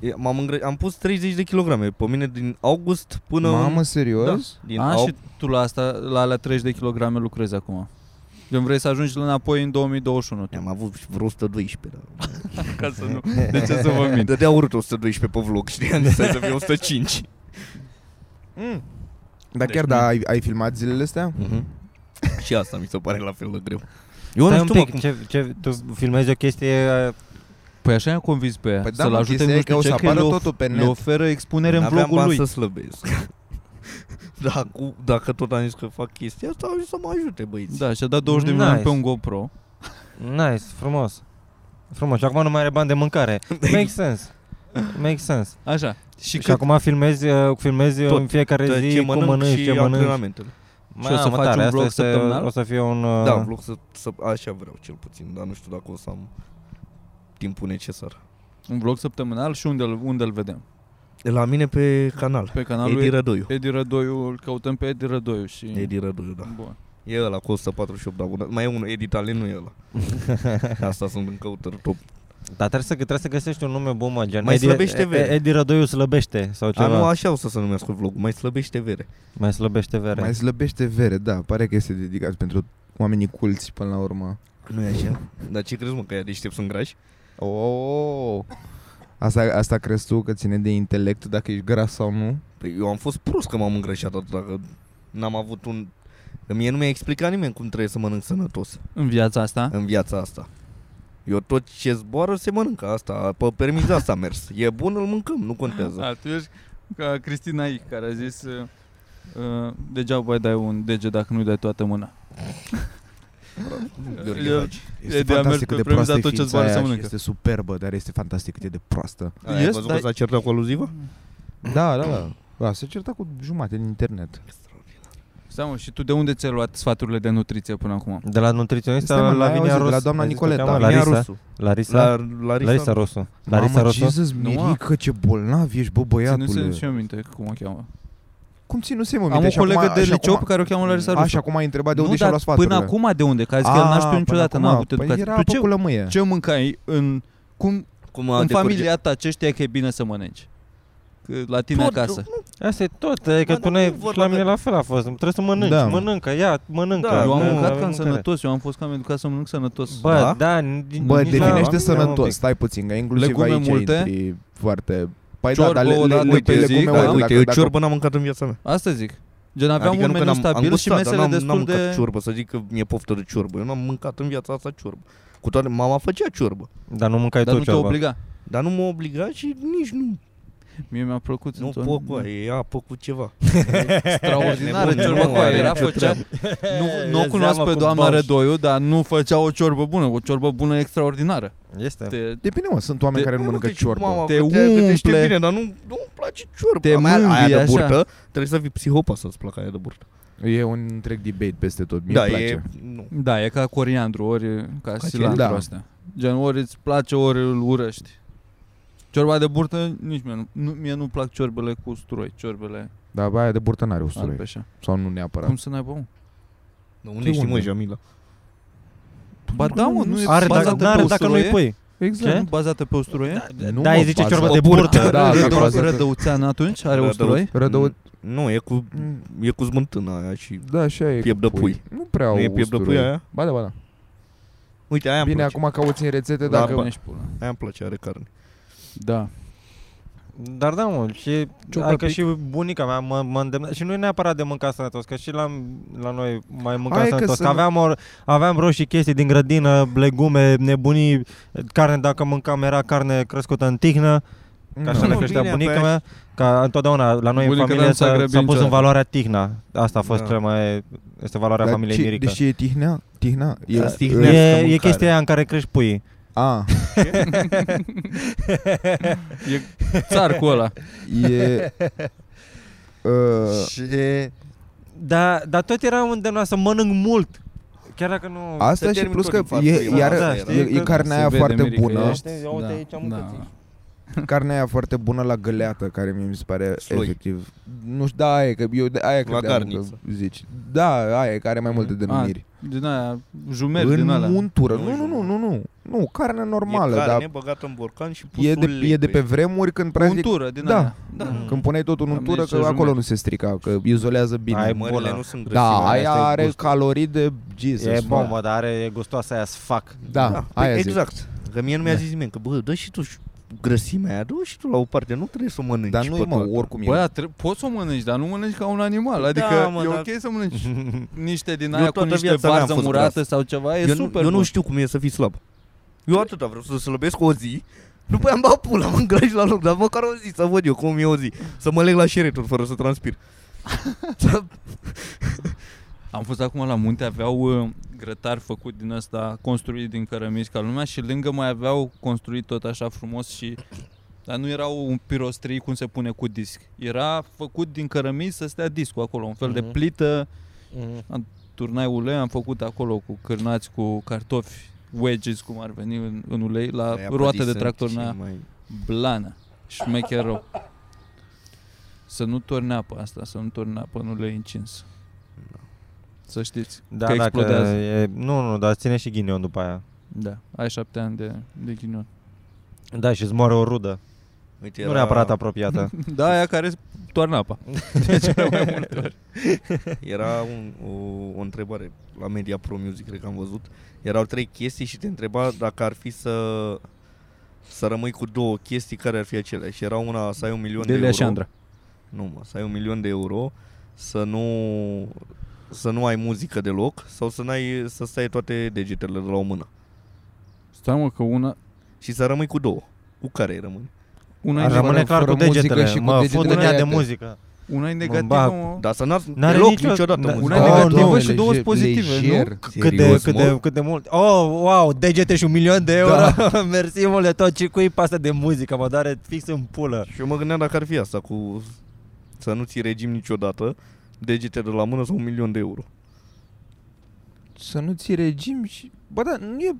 C: E, M-am îngre- am pus 30 de kilograme pe mine din august până... în-
B: Mamă, serios?
C: da, din
A: A,
C: au-
A: și tu la asta, la alea 30 de kilograme lucrezi acum. Gen vrei să ajungi înapoi în 2021 tu.
C: Am avut și vreo 112 da.
A: [LAUGHS] Ca să nu, de ce să vă
C: Mi
A: mint?
C: [LAUGHS] dădea urât 112 pe vlog, știi? Am zis hai [LAUGHS] să fie 105
B: Mm. Dar
A: Deci
B: chiar
A: nu-
B: da, ai, ai filmat zilele astea?
C: mm-hmm. Și asta mi se pare la fel de greu Eu
D: Mhm. Stai
C: nu
D: un
C: știu mă,
D: pic,
C: cum...
D: ce, ce, tu filmezi o chestie uh,
A: Păi așa i-am convins pe ea,
B: Păi da,
A: să-l
B: mă,
A: ajute
B: chestia e
A: nu
B: că o
A: știu
B: să
A: ce, că
B: apară
A: le, of-
B: totul pe
A: le
B: net.
A: oferă expunere în
C: N-aveam
A: vlogul
C: bani
A: lui.
C: să [LAUGHS] slăbesc Dar Da, cu, dacă tot am zis că fac chestia asta, au zis să mă ajute băieți
A: Da, și-a dat 20 de milioane
D: Nice.
A: pe un GoPro.
D: Nice, frumos. Frumos. Și acum nu mai are bani de
C: [LAUGHS]
D: mâncare. Make sense. Make sense.
A: Așa. Și,
D: Și,
A: cât,
D: acum filmezi, uh, filmezi
C: Tot.
D: în fiecare
C: Tot
D: zi
C: ce
D: cum
C: mănânc
D: mănânci,
C: și
D: ce mănânci.
C: antrenamentele
A: Și o să
D: Mamă,
A: faci
D: tare,
A: un
D: asta
A: vlog
D: este-
A: săptămânal?
D: O să fie un... uh,
C: Da, vlog să, să, așa vreau cel puțin Dar nu știu dacă o să am timpul necesar
A: un vlog săptămânal și unde unde îl vedem?
C: La mine pe canal,
A: Pe canalul
C: Edi
A: Edi,
C: Rădoiu
A: Edi Rădoiu, îl căutăm pe Edi Rădoiu și...
C: Edi Rădoiu, da
A: Bun.
C: E ăla cu 148 de abonați. Mai e unul, Edi Talen nu e [LAUGHS] ăla. Asta sunt în căutări top.
D: Dar trebuie să, trebuie să găsești un nume bun, mă, gen
C: Mai
D: Edi-
C: slăbește
D: E-
C: vere.
D: Edi Rădoiu slăbește sau
C: A,
D: ceva.
C: nu, așa o să se numească vlogul. Mai slăbește vere.
D: Mai slăbește vere.
B: Mai slăbește vere, da, pare că este dedicat pentru oamenii culți până la urmă.
C: Nu e așa? Dar ce crezi, mă, că ea deștept sunt grași?
B: Oh. Asta, asta crezi tu că ține de intelect dacă ești gras sau nu?
C: Păi eu am fost prost că m-am îngrășat atât, că n-am avut un... Că mie nu mi-a explicat nimeni cum trebuie să mănânc sănătos
A: În viața asta?
C: în viața asta. Eu tot ce zboară se mănâncă asta, pe permiza asta a mers. E bun, îl mâncăm, nu contează.
A: Da, tu ești ca Cristina I, care a zis... Uh, uh, degeaba îi dai un dege dacă nu-i dai toată mâna.
C: Gheorghe
A: Eu-
C: Hagi.
B: Este
A: E de a merge
B: fantastic
A: pe
B: cât de
A: premiza
B: proastă e
A: tot ce-ți
B: ființa
A: pare să
B: aia și
A: mănâncă.
B: este superbă, dar este fantastic cât e de proastă.
C: Aia, Ai
A: Yes,
C: văzut
A: dar-
C: că s-a certat cu aluzivă?
B: Da, da, da. da se certa cu jumate din internet.
A: Stai mă, și tu de unde ți-ai luat sfaturile de nutriție până acum?
D: De la nutriționist
B: Stai, mă,
D: la
B: n-ai
D: Lavinia
B: auzit,
D: Rosu.
B: de la doamna
D: Ai zis că o
B: Nicoleta.
D: cheamă?
B: Lavinia
D: Larisa.
C: Rusu.
D: Larisa.
C: La, Larisa,
D: Larisa
C: Larisa
D: Rosu. Larisa
B: Mamă,
D: Rosu.
B: Jesus,
A: Nu,
B: Mirica, ce bolnav ești, bă,
A: Ținuse
B: băiatule.
A: și eu minte cum o cheamă.
B: Cum ținuse, mă,
A: Am
B: minte?
A: o
B: Și acum-
A: colegă de
B: și acum-
A: liceu pe care o cheamă Larisa Rusu.
B: Așa cum ai întrebat de unde
A: nu,
B: și-a
A: dar
B: luat sfaturile.
A: până acum de unde? Că a zis că el n-a știut niciodată, n-a avut
B: educație.
A: educație.
B: Păi era
A: tu ce,
B: pe mie.
A: ce mâncai în... Cum,
C: Cum
A: în
C: decurge-
A: familia ta ce știa că e bine să mănânci? Că la tine
C: Tot,
A: acasă.
D: Asta e tot, e că
C: Da,
D: tu
C: dar
D: ne
C: nu e vorba
D: la mine
C: de-
D: la fel a fost. Trebuie să mănânci,
B: Da.
D: mănâncă, ia, mănâncă.
C: Da,
A: eu am
C: nu,
A: mâncat
D: avem
A: ca în
D: mâncare.
A: sănătos, eu am fost ca am educat să mănânc sănătos.
D: Bă,
C: Da?
D: da, da nici
B: Bă,
D: nici la-
B: definește
D: la-
B: sănătos, stai puțin, că inclusiv
A: Legume
B: aici
A: multe?
B: multe? intri foarte... Păi
A: Ciorbă
B: da, dar le,
A: o
B: le,
A: dată
B: le,
A: pe
B: pe
A: zi,
B: legume
A: da.
B: multe,
C: Uite,
B: dacă,
C: eu
B: dacă,
C: ciorbă n-am mâncat în viața mea.
A: Asta zic. Gen, aveam
C: adică
A: un
C: nu
A: meniu
C: că n-am- am
A: stabil și
C: gustat, dar
A: mesele
C: n-am, n-am
A: destul
C: mâncat
A: de...
C: ciorbă, să zic că mi-e poftă de ciorbă. Eu n-am mâncat în viața asta ciorbă. Cu toate, mama făcea ciorbă.
D: Dar nu mâncai
A: Dar nu
D: tot
A: te
D: ciorbă.
A: obliga.
C: Dar nu mă obliga și nici nu.
A: Mie mi-a plăcut.
C: Nu
A: întotdeauna.
C: pot cu aia, e apă cu
B: [LAUGHS]
C: ceva.
A: Extraordinară
C: Nebun,
A: ciorbă
C: nu
A: cu aia.
C: are
A: Era
C: nicio
A: făcea...
C: treabă.
A: Nu,
D: Ia
A: nu o cunosc
D: seama
A: pe
D: cum
A: doamna
D: bauși.
A: Rădoiu, dar nu făcea o ciorbă bună. O ciorbă bună extraordinară.
D: Este.
C: Da.
A: Te,
B: Depinde, mă, sunt oameni
A: Te-
B: care nu mănâncă
C: Mă, că mama
B: ciorbă.
A: Te
C: făcea că ești
A: umple.
C: bine, dar nu, nu îmi place ciorba.
A: Te
C: Mai- aia
A: mângâie
C: de
A: așa.
C: burtă, trebuie să fii psihopat să-ți placă aia de burtă.
B: E un întreg debate peste tot, mie
C: da,
B: îmi place.
C: e... Nu.
A: Da, e ca coriandru, ori e ca, ca
C: ce-
A: silantru
B: da.
A: astea. Gen, ori îți place, ori îl urăști. Ciorba de burtă, nici mie nu, nu, mie nu plac ciorbele cu usturoi, ciorbele
B: Dar bă, aia de burtă n-are
A: Usturoi.
B: usturoi.
A: albeșa.
B: Sau nu neapărat.
A: Cum să n-aibă, mă?
C: Nu, unde ești,
B: unde?
C: mă, Jamila?
A: Ba da, mă, nu e
D: Are,
A: bazată
D: dacă,
A: pe
D: n-are, dacă
A: usturoi.
D: nu-i pui.
A: Exact,
D: Ce?
A: nu bazată pe usturoi.
B: Nu,
D: Da,
B: mă,
D: îi zice
B: bază-
D: ciorbă de burtă.
B: Da,
A: Rădău-
B: dacă bazată-
A: Rădăuțean atunci
D: Da,
A: are
C: Rădăuț-
A: usturoi?
B: Rădău...
C: Nu, e cu,
B: Mm,
C: e cu smântână aia și...
B: Da, așa e.
C: Piept
B: cu
C: de pui.
B: Nu prea
C: Nu
B: au
C: e piept de pui
B: usturoi.
C: aia?
B: Ba da, ba da.
C: Uite, aia îmi
B: Bine,
C: place.
B: acum cauți în rețete
C: Da,
B: dacă...
C: bă.
A: Ești pula.
C: Aia îmi place, are carne.
B: [LAUGHS]
A: Da.
D: Dar da, mă, și
A: Ciorbă
D: adică
A: pic.
D: și bunica mea mă, mă îndemna și nu e neapărat de mâncat sănătos, că și la, la noi mai mâncat
B: Hai că
D: sănătos,
B: să
D: că,
B: nu-
D: aveam, or, aveam roșii chestii din grădină, legume, nebunii, carne dacă mâncam era carne crescută în tihnă,
B: Mm,
D: că așa
B: da.
D: le
C: Nu,
D: creștea
C: bine,
D: bunica
C: băi.
D: mea, ca întotdeauna la noi
A: Bunica
D: în
A: ta
D: familie
A: nu s-a
D: s-a,
A: grăbit
D: s-a pus în
A: niciodată.
D: valoarea tihna, asta a fost
C: Da.
D: cea mai, este valoarea
B: Dar
D: familiei
B: ce-
D: Mirica.
B: Deși e tihnea? Tihna?
C: Da,
D: E,
C: stihnească
D: e
C: mâncare.
D: chestia aia în care crești puii.
B: A,
A: E țar cu ăla.
C: [LAUGHS]
B: e... ă, Uh,
D: Și... Dar, dar tot era un îndemnat să mănânc mult. chiar dacă nu...
B: Asta
C: Se
B: și
C: termin
B: plus
C: tot
B: că
C: din farfurie,
B: e,
C: da,
B: iar,
D: da,
B: e,
D: știi
B: e
D: că
B: carnea
A: se
B: aia
A: vede,
B: foarte
A: Mirica,
B: bună,
A: ești-
D: Ia uite
A: Da,
D: aici am
A: da.
D: da.
B: carnea aia foarte bună la găleată, care mie mi se pare
C: Sloi.
B: efectiv. Nu știu, da, aia e, că eu de- aia
C: La
B: credeam că
C: garniță.
B: zici. Da, aia e, care are mai multe denumiri.
A: Din aia, jumeri din
B: în
A: alea.
B: muntură.
C: Nu,
B: Nu, nu, nu,
C: jumătate.
B: nu, nu. Nu, carne normală,
C: e carne
B: dar
C: băgată în borcan și pus
B: e de, e de pe vremuri când practic
A: Untură din
B: Da.
A: alea.
D: Mm.
B: Când puneai totul în
A: Am
B: untură,
A: zis
B: că
A: ce
B: acolo
A: jumătate.
B: nu se strica, că izolează bine.
D: Ai
C: Mările
D: bună.
C: nu sunt grăsime.
B: da, aia
C: asta e
B: are
C: gustul.
B: calorii de Jesus.
D: E
B: mă.
D: bombă, dar are e gustoasa aia sfac.
B: Da,
C: Da,
B: aia
C: păi
B: zic.
C: exact. Că mie nu mi-a zis nimeni că bă, dă și tu și grăsimea aia, dă și tu la o parte, nu trebuie să o mănânci.
B: Dar nu
C: pe
B: mă,
C: toată.
B: Deci, oricum
A: Bă,
B: e.
A: dar tre- poți să o mănânci, dar nu mănânci ca un animal.
C: Da,
A: Adică
C: mă,
A: e
C: dar-
A: ok să
C: [LAUGHS]
A: mănânci niște din
C: Eu
A: aia cu
C: toată
A: niște
C: viața mea am
A: varză
C: fost
A: murată
C: gras.
A: sau ceva. E
C: eu, nu-
A: super
C: eu
A: bun.
C: nu știu cum e să fii slab. Eu atâta vreau să slăbesc o zi, după aia am dat pula, mă îngrași la loc, dar măcar o zi să văd eu cum e o zi. Să mă leg la șereturi fără să [LAUGHS] transpir. Să-
A: Am fost acum la munte, aveau uh, grătar făcut din ăsta, construit din cărămizi ca lumea și lângă mai aveau construit tot așa frumos și... Dar nu era un pirostrii cum se pune cu disc. Era făcut din cărămizi să stea discul acolo, un fel de
D: Mhm.
A: plită, turnai ulei, am făcut acolo cu cârnați, cu cartofi, wedges, cum ar veni în, în ulei, la
C: Aia
A: roate de
C: pădisă,
A: tractor.
C: ce
A: n-aia
C: mai-
A: blană, șmecher rău. Să nu torne apă asta, să nu torne apă în ulei încins. Să știți.
D: Da,
A: Că
D: dacă
A: explodează.
D: E, nu, nu, dar ține și ghinion după aia.
A: Da, ai șapte ani de, de ghinion. [LAUGHS]
D: Da, și îți moare o rudă.
C: Uite,
D: Era... Nu
C: era-
D: neapărat
A: [LAUGHS]
D: apropiată.
A: Da, aia care toarnă apa. De cele mai multe ori.
C: Era un, o, o întrebare la Media Pro Music, cred că am văzut. Erau trei chestii și te întreba dacă ar fi să să rămâi cu două chestii care ar fi acelea. Și era una să ai un milion de,
A: Delia
C: euro.
A: și Andra.
C: Nu, mă, să ai un milion de euro, să nu să nu ai muzică deloc sau să n-ai să stai toate degetele de la o mână.
A: Stai mă că una...
C: Și să rămâi cu două. Cu care ai rămâni?
A: Una e,
D: Ar
A: ne-
B: Așa.
D: rămâne
B: fără-
D: clar cu
B: fără muzică
D: degetele.
B: și cu
D: mă,
B: degetele
D: fut în ea de
B: tăiate.
D: muzică.
A: una e negativă,
D: bag.
A: mă.
C: Dar să n-ar
D: N-are
C: deloc
D: nicio-
C: niciodată
D: da-
A: Una
C: muzică.
A: e
B: Oh,
A: negativă
B: nu,
A: și două
B: lejer-
A: pozitive,
B: lejer.
A: nu?
D: Cât de,
C: Serios,
D: cât,
C: mă?
D: de, cât de mult Oh, wow, degete și un milion de euro da. [LAUGHS] Mersi mule tot ce cui pasta de muzică Mă doare fix în pulă
C: Și eu mă gândeam dacă ar fi asta cu să nu ți regim niciodată degete de la mână sau un milion de euro.
B: Să nu ți regim și... Bă, da, nu e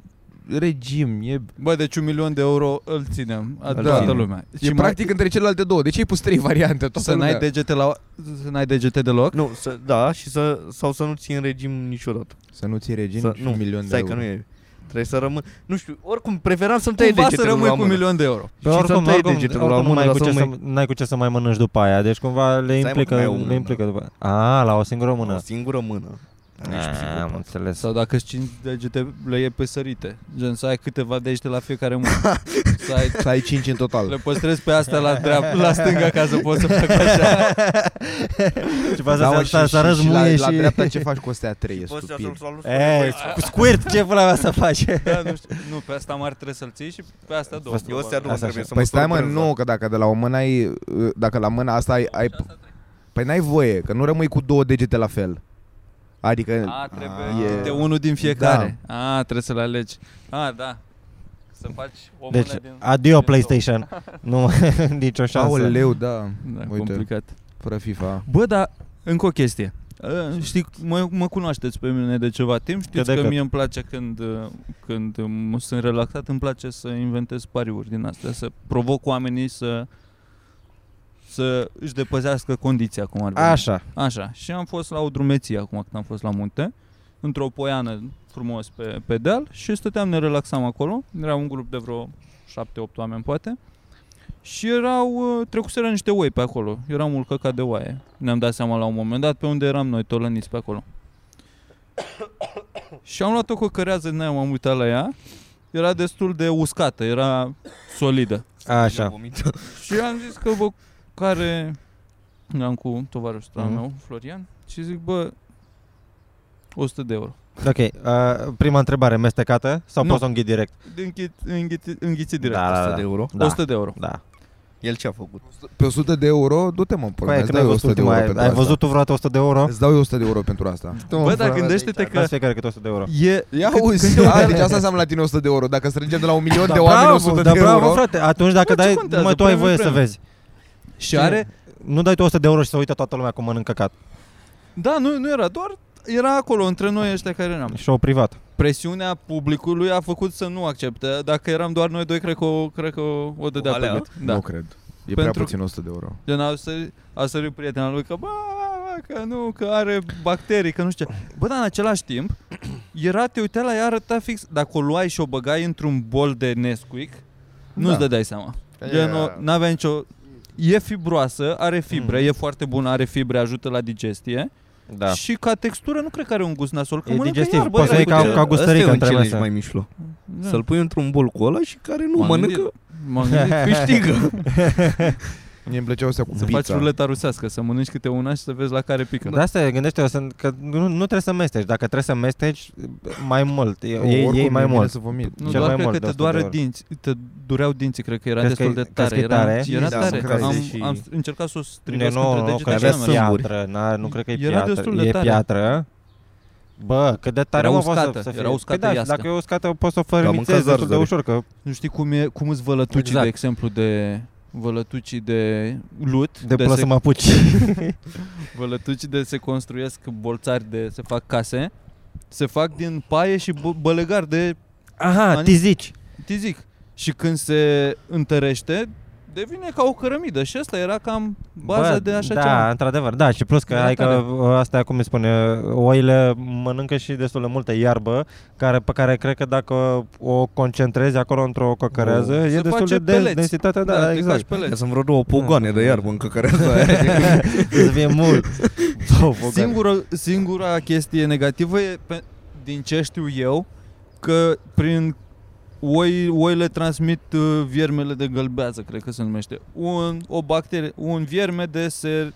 B: regim, e,
A: Bă, deci un milion de euro îl ținem. A
B: Da.
A: toată lumea.
B: e
A: mai-
B: practic între celelalte două. De ce ai pus trei variante? Toată
A: să n-ai
B: lumea.
A: degete la... Să n-ai degete deloc.
C: Nu, să, da, și să, sau să nu ți în regim niciodată.
B: Să nu ți regim
C: Să,
B: și
C: nu,
B: un milion de
C: stai
B: euro.
C: că nu e. Trebuie să rămân, nu știu, oricum preferam să-mi tăie
A: Cumva
C: degetele
A: să rămâi
C: la
A: cu
C: mână.
A: un milion de euro.
C: Și să-mi tai degetele la mână,
D: n-ai,
C: dar
D: cu
C: să
D: ce
C: nu
D: să,
C: mai...
D: n-ai cu ce să mai mănânci după aia Deci cumva le
C: Să ai
D: implică,
C: mână, mai o mână,
D: le implică după aia. A, la o singură
C: O
D: mână
C: singură mână. Ești
D: A, Am
C: psihopat.
A: [LAUGHS]
D: înțeles
A: Sau dacă îți cinci degete, le iei pe sărite. Gen, să ai câteva degete la fiecare mână. să ai,
B: Să ai cinci în [LAUGHS] total.
A: le păstrezi pe astea la, dreap, la stânga ca să poți să faci
D: [LAUGHS]
A: așa.
D: Și faci
B: Da, mă,
D: să- să să arăți
B: la,
D: muie
B: la
D: și...
B: dreapta
D: [LAUGHS]
B: ce faci cu astea trei, e
C: Poți să
B: stupid.
C: salut,
D: E,
C: salut.
D: cu squirt, ce pula mea să faci?
A: Da, nu, știu. nu, pe asta mare trebuie să-l ții și pe astea două.
C: Eu astea două
D: Asta
C: trebuie
D: așa.
C: să mă
B: Păi stai mă,
C: surprez, da.
B: nu, că dacă de la o mână ai, uh, dacă la mâna asta ai, ai păi n-ai voie, că nu rămâi cu două degete la fel. Adică,
A: A, trebuie
B: A, e-
A: câte unul din fiecare. Da. A, trebuie să le alegi. A, da. Să faci o
D: Deci,
A: mână din...
D: adio PlayStation Nu, [LAUGHS] nicio șansă
B: aoleu, da,
A: Da,
B: Uite.
A: complicat.
B: fără FIFA.
A: Bă, dar încă o chestie. Uh, Știi, mă, mă cunoașteți pe mine de ceva timp, știți
D: Cât de
A: că, că
D: cât.
A: mie îmi place când, uh, când um, sunt relaxat, îmi place să inventez pariuri din astea, să provoc oamenii să să își depăzească condiția, cum ar veni.
D: Așa
A: Așa. Și am fost la o drumeție acum când am fost la munte, într-o poiană frumos pe, pe deal și stăteam, ne relaxam acolo. Era un grup de vreo 7-8 oameni, poate. Și erau, uh, trecuseră niște oi pe acolo. Era mult căcat de oaie. Ne-am dat seama la un moment dat pe unde eram noi, tolăniți pe acolo. [COUGHS] și am luat o căcărează din aia, m-am uitat la ea. Era destul de uscată, era solidă.
C: Eu
D: Așa
C: vomit.
A: Și am zis că, bă, care... Am cu tovarășul mm
D: Mhm.
A: meu, Florian, și zic, bă, 100 de euro.
D: Ok, uh, prima întrebare mestecată sau
A: Nu.
D: poți să o înghit direct?
A: Înghit, înghit, înghiți direct.
D: Da, da,
C: 100
D: da.
C: de euro.
A: Da.
D: Da.
A: 100 de euro.
D: Da.
C: El ce a făcut?
B: Pe 100 de euro, du-te mă, pula,
D: Păi,
B: mea, îți
D: când ai
B: dau eu
D: văzut
B: 100 de euro
D: ultima, ai,
B: pentru
D: ai
B: asta.
D: văzut tu vreodată 100 de euro?
B: Îți dau eu 100 de euro pentru asta.
A: Bă, dar gândește-te că...
D: Las fiecare câte 100 de euro.
A: E,
B: Ia
A: Cât-
B: uzi,
A: cât te
B: a,
A: uitai-
B: deci asta înseamnă la tine 100 de euro. Dacă strângem de la un milion de oameni 100
D: da,
B: de
D: bravo,
B: euro,
D: frate. Atunci dacă
A: Bă, ce
D: dai,
A: contează?
D: mă, tu ai
A: Premiul,
D: voie să
A: premiul.
D: vezi.
A: și are...
D: Nu dai tu 100 de euro și să uită toată lumea cum mănâncă cat.
A: Da, nu, nu era doar era acolo între noi ăștia care eram.
D: Show privat.
A: Presiunea publicului a făcut să nu accepte. Dacă eram doar noi doi, cred că o, cred că o, o dădea pe
C: alea?
A: gât.
B: Da.
A: Da.
B: Nu cred. E prea
A: Pentru-
B: puțin 100 de euro.
A: Gen a sărit, a sărit prietena lui că bă, că nu, că are bacterii, că nu știu ce. Bă, dar în același timp, era, te uita la ea, arăta fix, dacă o luai și o băgai într-un bol de Nesquik, nu-ți
B: Da.
A: dădeai seama. Gen,
B: E-
A: o-
C: uh,
A: n-avea nicio... E fibroasă, are fibre, mm. e foarte bună, are fibre, ajută la digestie
D: Da.
A: și ca textură nu cred că are un gust nasol, că
D: E
A: mănâncă
D: digestiv,
A: iarbă,
D: poți să
A: era
D: iei ca-
A: cu-
D: ca gustărică
C: Asta e un
D: între
C: challenge
D: mese.
C: mai mișlo.
A: Da.
C: Să-l pui într-un bol cu ăla și care nu
A: M-am
C: mănâncă,
A: gândit- M-am gândit, câștigă.
B: Mie îmi plăceau astea cu
A: Să faci
B: pizza.
A: ruleta rusească, să mănânci câte una și să vezi la care pică.
D: De asta e, gândește-vă să- că nu, nu trebuie să mesteci. Dacă trebuie să mesteci, mai mult. E-
B: O,
D: Ei,
B: oricum,
D: ei
B: mi-e
D: mai
B: bine
D: mult.
B: Să vomit.
A: Nu,
D: Cel
A: doar
D: mai
A: cred
D: mult
A: că
D: de
A: te
D: 100 de
A: doară
D: ori.
A: dinți, te dureau dinții, cred că era
D: Crezi că
A: destul
D: e-
A: de
D: crezi
A: tare.
D: că e
A: Era,
D: tare?
A: era
B: Da,
A: tare.
B: mă,
A: am,
C: și-
A: am încercat să o
D: Nu,
A: strigăsc
D: nu,
A: între
D: nu, că
A: degete.
D: e
A: și
C: avea
A: n-am mers.
C: sâmburi.
D: piatră, na, nu cred că e
A: Era
D: piatră.
A: destul de
D: e
A: tare.
D: piatră. Bă, cât de tare
A: Era
D: mă, poate
A: uscată,
D: să, să
A: era
D: fie.
A: uscată
D: Păi da,
A: iasca.
D: dacă e uscată, poți să o
C: mâncat
D: fărâmițezi destul de
C: zarzăre.
D: ușor, că
A: Nu știi cum, e, cum îți vălătucii,
D: Exact.
A: de exemplu, de vălătucii de lut,
D: de plă să mă apuci.
A: se, vălătucii de se construiesc bolțari, de se fac case, se fac din paie și bă- bălegar de
D: Aha,
A: Ani-
D: ti zici.
A: tizic. Și când se întărește, devine ca o cărămidă și asta era cam baza
D: Bă,
A: de așa
D: da,
A: ceva.
D: într-adevăr, da, și plus că,
A: Era
D: adică,
A: tare.
D: asta cum îi spune, oile mănâncă și destul de multă iarbă, care, pe care cred că dacă o concentrezi acolo într-o căcărează,
A: Se
D: e destul
A: face
D: de dens,
A: peleți.
D: densitate, da,
A: te
D: exact. [LAUGHS]
A: faci pe
C: că Păi, sunt vreo două pogoane de iarbă în căcăreața aia.
D: Să fie mult. Două focare.
A: Singura, singura chestie negativă e, pe, din ce știu eu, că prin oi, oile transmit uh, viermele de gălbează, cred că se numește. Un, o bacterie, un vierme de se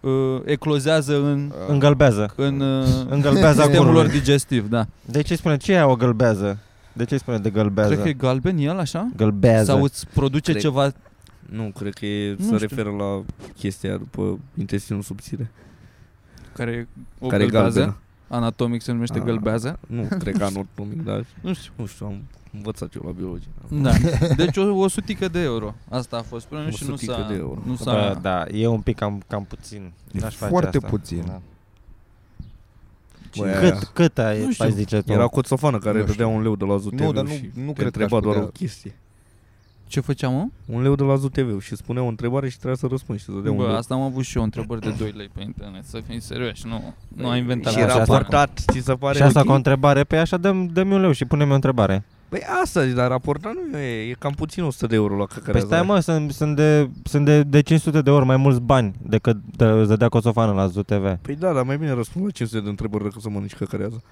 A: uh, eclozează în,
B: uh,
D: Îngălbează.
A: în, uh, în
D: Îngălbează
A: sistemul
D: acolo.
A: lor digestiv, da.
D: De ce îi spune? Ce e aia o gălbează? De ce îi spune de gălbează?
A: Cred că e galben el așa?
D: Gălbează.
A: Sau îți produce
C: Cred.
A: ceva
C: Nu, cred că e,
A: Nu
C: se
A: știu.
C: referă la chestia aia după intestinul subțire.
A: care e o
C: care e
A: gălbează?
C: galbenă.
A: Anatomic se numește
C: Ah. [LAUGHS]
A: gălbează.
C: Nu, cred că anatomic, dar
A: Nu știu.
C: nu știu, am învățat eu la biologie.
A: Da. Deci o, o sutică de euro. Asta a fost premiul și
C: O
A: nu
C: sutică
A: s-a...
C: de euro.
A: Nu s-a...
D: Bă, da, e un pic cam, cam puțin.
B: E
D: N-aș face
B: foarte
D: asta.
B: puțin.
D: Da.
C: Bă,
D: Cât, cât ai,
A: Nu știu.
D: ai zice tu?
C: Era coțofană care
B: Nu știu.
C: dădea un leu de la ZTV
B: Nu, dar nu-
C: și
B: nu
C: te
B: cred că
C: întreba
B: aș
C: doar
B: putea.
C: o chestie.
A: Ce făceam, mă?
C: Un leu de la ZTV și spunea o întrebare și trebuia să răspunzi și să dea un
A: Bă,
C: leu.
A: asta am avut și eu întrebări de 2 lei pe internet, să fim serioși, nu, nu a
D: Păi,
A: inventat
C: Și
D: așa.
C: raportat, ți se pare
D: și asta
C: ok?
D: cu o întrebare, pe așa dăm, dăm un leu și punem o întrebare.
C: Păi asta, zici, dar raportat nu e, e cam puțin 100 de euro la căcărează.
D: Păi stai mă, sunt, sunt, de, sunt de, de 500 de ori mai mulți bani decât de, îți dădea Coțofană la ZTV.
C: Păi da, dar mai bine răspund la 500 de întrebări decât să mănânci căcărează.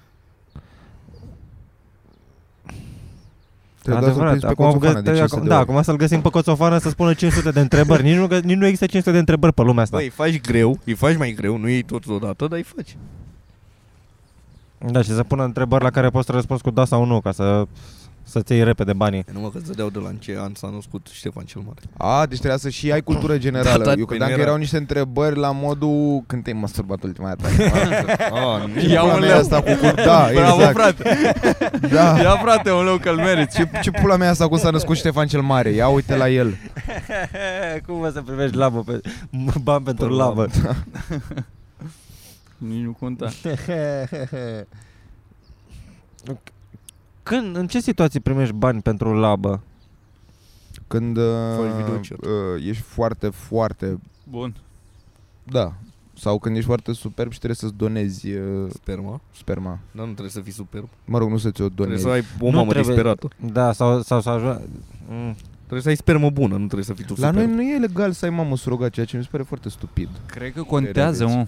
B: Te dau surprins pe
D: acum,
B: coțofană de
D: gă-
B: 500 de
D: da,
B: euro.
D: acum să-l găsim pe Coțofană să spună 500 de întrebări. nici, nu, gă- nici nu există 500 de întrebări pe lumea asta.
C: Băi, îi faci greu, îi faci mai greu, nu iei tot odată, dar îi faci.
D: Da, și să pună întrebări la care poți să răspunzi cu da sau nu, ca să, să-ți iei repede banii.
C: E numai că îți dădeau de la în ce an s-a născut Ștefan cel Mare.
B: A, deci trebuia să și ai cultură generală.
C: Da, da,
B: Eu credeam că
C: era.
B: erau niște întrebări la modul când te-ai masturbat ultima
C: [LAUGHS]
B: dată.
C: Ah, nu.
B: Ce
A: Ia
B: pula
A: un
B: mea
A: leu.
B: Asta cu
C: [LAUGHS]
B: cult- da,
A: Păi, Bravo,
B: exact.
A: frate!
B: Da.
A: Ia, frate, un leu că-l meriți.
B: Ce, ce pula mea asta cum s-a născut Ștefan cel Mare? Ia uite la el.
C: [LAUGHS]
D: Cum o să primești labă pe, bani pentru
C: Pe
D: labă?
C: labă.
A: Nici nu conta.
D: Când, în ce situații primești bani pentru labă?
B: Când uh,
C: Faci videochat.
B: uh, ești foarte, foarte...
A: Bun.
B: Da. Sau când ești foarte superb și trebuie să-ți donezi uh,
C: Sperma.
B: sperma.
C: Dar Da, nu trebuie să fii superb.
B: Mă rog, nu să ți-o
C: Trebuie
B: donezi.
C: să ai o
D: Nu
C: mamă
D: trebuie.
C: disperată.
D: Da, sau, sau să ajungi... Mm.
C: Trebuie să ai spermă bună, nu trebuie să fii tu
B: La
C: superb.
B: noi nu e legal să ai mamă surogat, ceea ce mi se pare foarte stupid.
A: Cred că contează,
B: Revieți.
A: mă,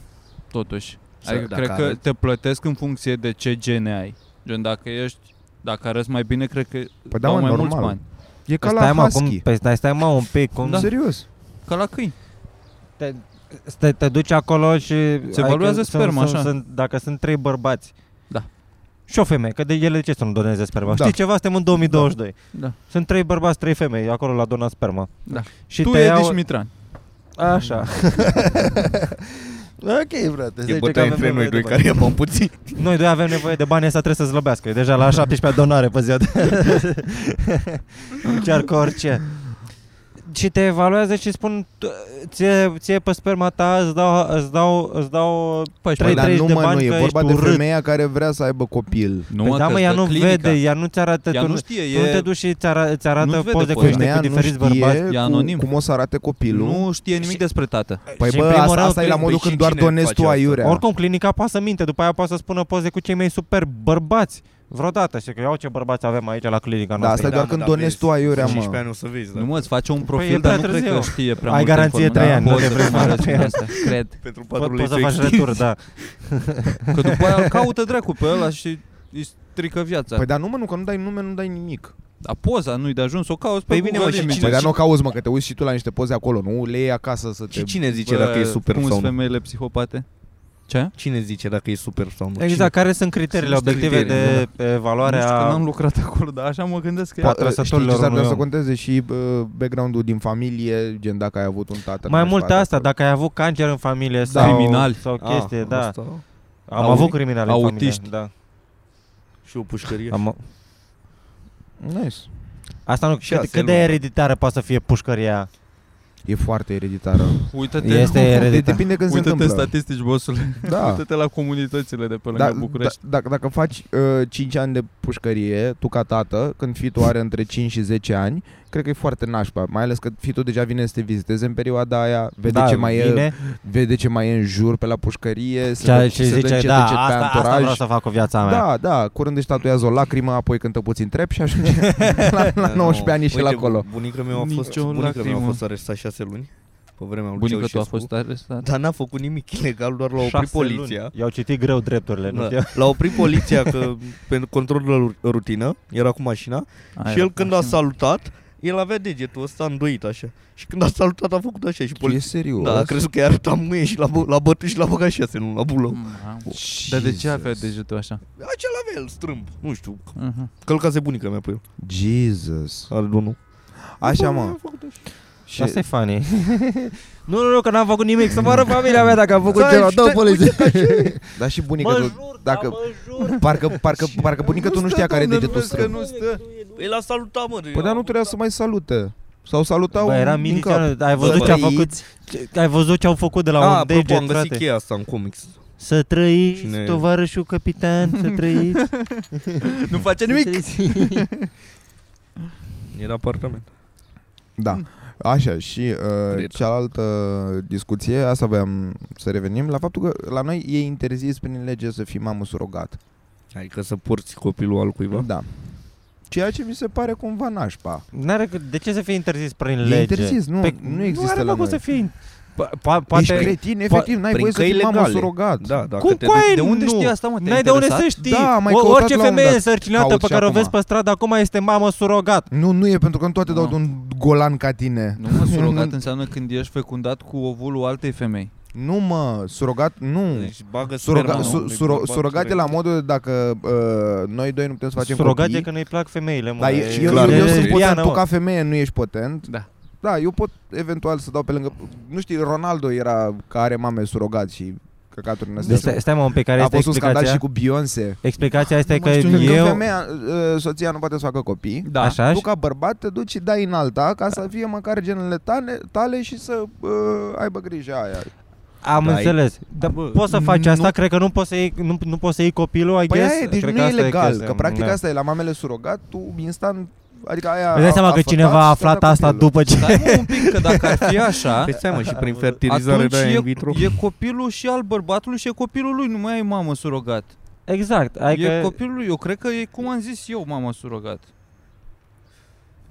A: totuși.
C: Să-
A: Adică
C: dacă
A: cred că
C: arăți-
A: te plătesc în funcție de ce gene ai. Gen, dacă ești, dacă arăți mai bine, cred că
B: Păi da,
A: dau
B: mă,
A: mai mulți
B: normal.
A: bani.
B: E ca
D: Păi
B: la
D: stai, mă,
B: husky.
D: cum, păi stai, stai mă un pic, cum
A: Da.
B: Serios.
A: Ca la câini.
D: te, te, te duci acolo și... adică
A: evaluează
D: sunt-
A: sperma,
D: sunt,
A: așa.
D: Sunt, dacă sunt trei bărbați.
A: Da.
D: Și o femeie, că de ele de ce să nu doneze sperma?
B: Da.
D: Știi ceva? Suntem în 2022.
A: Da.
D: Sunt trei bărbați, trei femei acolo la donat sperma.
A: Da.
D: Și
A: tu,
D: te
A: Edi
D: iau...
A: Mitran.
D: Așa. ok, frate.
C: E bătaie între noi doi care am puțin.
B: Păi
D: Noi doi avem nevoie de bani, ăsta trebuie să slăbească. E deja la 17 donare pe ziua de... Încearcă orice. și te evaluează și spun t- ție, ție pe sperma ta îți dau, îți dau, îți dau
A: Păi,
D: Trei-
A: păi, dar-
B: dar
D: treci
B: nu
D: de
B: mă, nu,
D: bani
B: e
D: că
B: vorba
D: ești
B: de
D: urât.
B: femeia care vrea să aibă copil.
A: nu,
D: păi
A: mă,
D: da,
A: că
D: mă, ea
A: stă
D: nu
A: clinica.
D: vede, ea nu-ți arată,
A: Ea
D: tu,
A: nu
D: nu,
A: știe,
D: tu
A: e-
D: te duci și ți arată, ți arată
A: nu-ți vede
D: poze cu
A: poza.
D: niște
B: Femeia
D: cu
B: nu
D: Păi, diferiți
B: știe
D: bărbați.
A: e
B: cu,
A: anonim.
B: cum o să arate copilul.
A: Nu știe nimic
D: Și-
A: despre tată.
B: Păi
D: Și
B: bă,
D: în primul
B: asta,
D: rând,
B: asta e la
D: păi
B: modul
C: și
B: când doar
C: cine
B: donezi
C: face
B: tu
C: asta?
B: aiurea.
D: Oricum, clinica poate să minte, după aia poate să spună poze cu cei mai super bărbați vreodată. Și că iau ce bărbați avem aici la clinica
B: da, asta
D: noastră.
B: e doar
C: mă,
B: când
C: dar
B: donezi
C: vezi,
B: tu aiurea,
C: în 15
B: mă.
C: ani o să vezi, da.
A: Nu mă, îți face un profil,
D: e prea
A: dar nu cred
D: târziu.
A: că știe prea
D: Ai
A: multe
D: garanție
A: informații.
D: trei ani,
A: Da,
D: nu
A: poți
D: te
A: să
D: vrei
A: faci
D: mare
A: despre
D: trei ani.
A: asta, Cred.
C: Pentru
D: Pot,
C: patru
D: poți să
C: lei
D: faci
C: să extinzi.
D: retur, da.
A: Că după aia îl caută dracu pe ăla și îi strică viața.
B: Păi dar nu mă, nu, că nu dai nume, nu dai nimic.
A: Dar poza nu-i de ajuns, o cauți pe
D: Păi bine, mă,
A: Google
D: și
A: Images.
B: Păi dar nu o cauzi, mă, că te uiți și tu la niște poze acolo, nu? Le iei acasă să te...
C: Și cine zice dacă e super
A: cum
C: sau
A: sunt
C: nu?
A: femeile psihopate? Ce?
C: [LAUGHS] Cine zice dacă e super sau nu?
D: Exact, care sunt criteriile
A: Sunt niște
D: obiective
A: criterii,
D: de evaluare
A: Nu știu, că
D: a
A: n-am lucrat acolo, dar așa mă gândesc că...
D: Poate
B: Ă, Știi
D: trăsăturile
B: ce s-ar
D: unui
B: putea să
D: om.
B: conteze și uh, background-ul din familie, gen dacă ai avut un tată.
D: Mai
B: care
D: mult
B: face
D: asta, dacă ai avut cancer în familie
A: Da.
D: sau
A: Criminali.
D: sau
C: Ah,
D: chestie, da.
C: asta.
D: Am
A: Au-
D: avut criminali în familie,
A: autiști.
D: da.
C: Și o pușcărie.
D: Am,
B: Nice.
D: asta nu,
C: Și
D: cât,
C: asta
D: cât
C: e
D: de
C: lumea.
D: ereditară poate să fie pușcăria?
B: E foarte ereditară.
A: Uită-te,
D: Este
B: De,
D: ereditară.
B: depinde când se
A: uită-te
B: întâmplă.
A: statistici, bossule.
B: Da.
A: Uită-te la comunitățile de pe lângă
B: Da, da,
A: București.
B: dacă, dacă faci uh, 5 ani de pușcărie, tu ca tată, când fitul are între 5 și 10 ani, cred că e foarte nașpa, mai ales că fitul deja vine să te viziteze în perioada aia, vede,
D: da,
B: ce, mai e,
D: vine,
B: vede ce mai e în jur pe la pușcărie, se
D: ce,
B: dă,
D: ce
B: se dă
D: zice,
B: încet,
D: da,
B: încet pe
D: asta, asta
B: anturaj.
D: vreau să fac cu viața mea.
B: da, da, curând își tatuează o lacrimă, apoi cântă puțin trep și ajunge la, la
C: Da,
B: 19 ani și
C: Uite,
B: la acolo.
C: Bunica mea a fost,
A: Nicio
C: bunica mea a
A: lacrimă.
C: fost arestat șase luni pe vremea lui
A: Bunica tu a
C: Ceaușescu,
A: fost arestat.
D: Da.
C: Dar n-a făcut nimic ilegal, doar l-a oprit
A: Șase
C: poliția.
D: I-au citit greu drepturile,
C: Da,
D: nu știu.
C: L-a oprit poliția că, pentru controlul la rutină, era cu mașina
A: Aia
C: și
A: era
C: el când a
A: mașina.
C: salutat, el avea degetul ăsta înduit așa. Și când a salutat a făcut așa și
B: E
C: poliția.
B: serios?
C: Da, a crezut că i-a arătat mâie și l-a, bă- l-a bătut și l-a băgat șase luni la bulă.
A: Mamă. Mm, Dar de ce avea
B: Jesus.
A: degetul așa?
C: Acela avea el strâmb, nu știu,
A: Mhm.
C: călcase bunica mea pe el.
B: Jesus.
C: Are domnul.
B: Așa, mă.
D: Și asta e funny. [LAUGHS] nu, nu, nu, că n-am făcut nimic. Să mă arăt familia mea dacă am făcut
B: Da,
D: ceva.
B: și
D: Dă
B: te-
D: poliție.
B: [LAUGHS] Dar și bunica
D: Mă
B: tu,
D: jur, dacă...
B: dacă
D: da, mă jur.
B: Parcă, parcă, parcă bunica tu nu știa care e degetul
A: vezi că
B: strâmb.
A: nu stă.
C: Păi l-a salutat, mă.
B: Păi dar nu trebuia să mai salute. Sau salutau
D: Bă, era
B: din cap.
D: milițian, ai văzut
C: Bă,
D: ce a
B: băi,
D: făcut? ce- Ai văzut ce au făcut de la
C: A,
D: un
C: Da, apropo,
D: deget,
C: am găsit
D: frate?
C: cheia asta în comics.
D: Să trăiți,
C: Cine-
D: tovarășul capitan,
A: [LAUGHS]
D: să trăiți.
A: Nu face
B: [LAUGHS]
A: nimic.
C: Era apartament.
B: Da. Așa, și uh,
C: Cred.
B: cealaltă discuție, asta voiam să revenim, la faptul că la noi e interzis prin lege să fii mamă surogat.
C: Adică să porți copilul al cuiva.
B: Da. Ceea ce mi se pare cumva nașpa.
D: N-are, că- de ce să fie interzis prin
B: E
D: lege? Păi,
B: interzis, nu- nu există
D: are
B: la
D: mă cum
B: noi.
D: să fie... Pa, pa, poate...
B: Ești cretin, efectiv, n-ai
C: prin
B: voie să
C: căi
B: fii mamă
C: legale.
B: surogat.
C: Da, dacă
D: Cum
C: te
D: coaie?
C: duci-
A: De unde
D: Nu.
A: știi asta, mă? Te-ai
D: N-ai de unde
A: interesat?
D: să știi.
B: Da, am mai
D: O-
B: căutat
D: orice
B: la un
D: femeie
B: dat.
D: însărcinată
B: Caut
D: pe
B: și
D: care o
B: acum.
D: vezi pe stradă acum este mamă surogat.
B: Nu, nu e, pentru că în toate dau
A: Nu.
B: de un golan ca tine.
A: Nu mă, surogat
B: Nu.
A: înseamnă când ești fecundat cu ovulul altei femei.
B: Nu mă, surogat, nu.
C: Deci bagă
B: Suroga,
C: sperma,
B: su,
C: nu?
B: suro,
C: Îi
B: surogat e la modul de dacă uh, noi doi nu putem să facem
D: Surogat e
B: copii.
D: că nu-i plac femeile, mă.
B: Dar
D: E-
B: eu,
C: clar,
B: eu, eu
C: e-
B: sunt
C: e
B: potent,
D: piană,
B: tu
D: mă.
B: ca femeie nu ești potent.
A: Da.
B: Da, eu pot eventual să dau pe lângă... Nu știi, Ronaldo era că are mame surogat și căcaturi în
D: Deci,
B: astea.
D: stai, stai mă un pic, care
B: A
D: este
B: fost un scandal
D: explicația?
B: și cu Ah, Beyoncé.
D: Explicația este
A: Nu
D: că
A: mai știu,
B: Că
D: eu...
B: femeia, uh, soția nu poate să facă copii.
A: Da.
D: Așa
B: Tu
D: și...
B: ca bărbat te duci și dai în alta ca să fie măcar genele tale, tale și să uh, aibă grijă aia.
D: Am
C: Da, e-
D: înțeles. Dar
C: Bă,
D: poți să faci
A: nu-
D: asta? Cred că nu poți să iei, nu, nu poți să iei copilul,
B: Păi
D: I guess.
B: aia e, deci
D: Cred
B: nu e
D: asta
B: legal,
D: chestia,
B: că practic
D: da.
B: asta e la mamele surogat, tu instant, adică aia
D: Îți dai seama că
B: fătat
D: cineva
B: și
D: a
B: ți-a
D: aflat
B: dat
D: asta
B: copilul.
D: după ce...
A: Stai mă un pic, că dacă ar fi așa,
C: [LAUGHS] Păi stai mă, și prin fertilizare
A: atunci
C: de aia
A: e,
C: in vitro.
A: e copilul și al bărbatului și e copilul lui, nu mai ai mamă surogat.
D: [LAUGHS] Exact. Adică...
A: E copilul lui, eu cred că e, cum am zis eu, mamă surogat.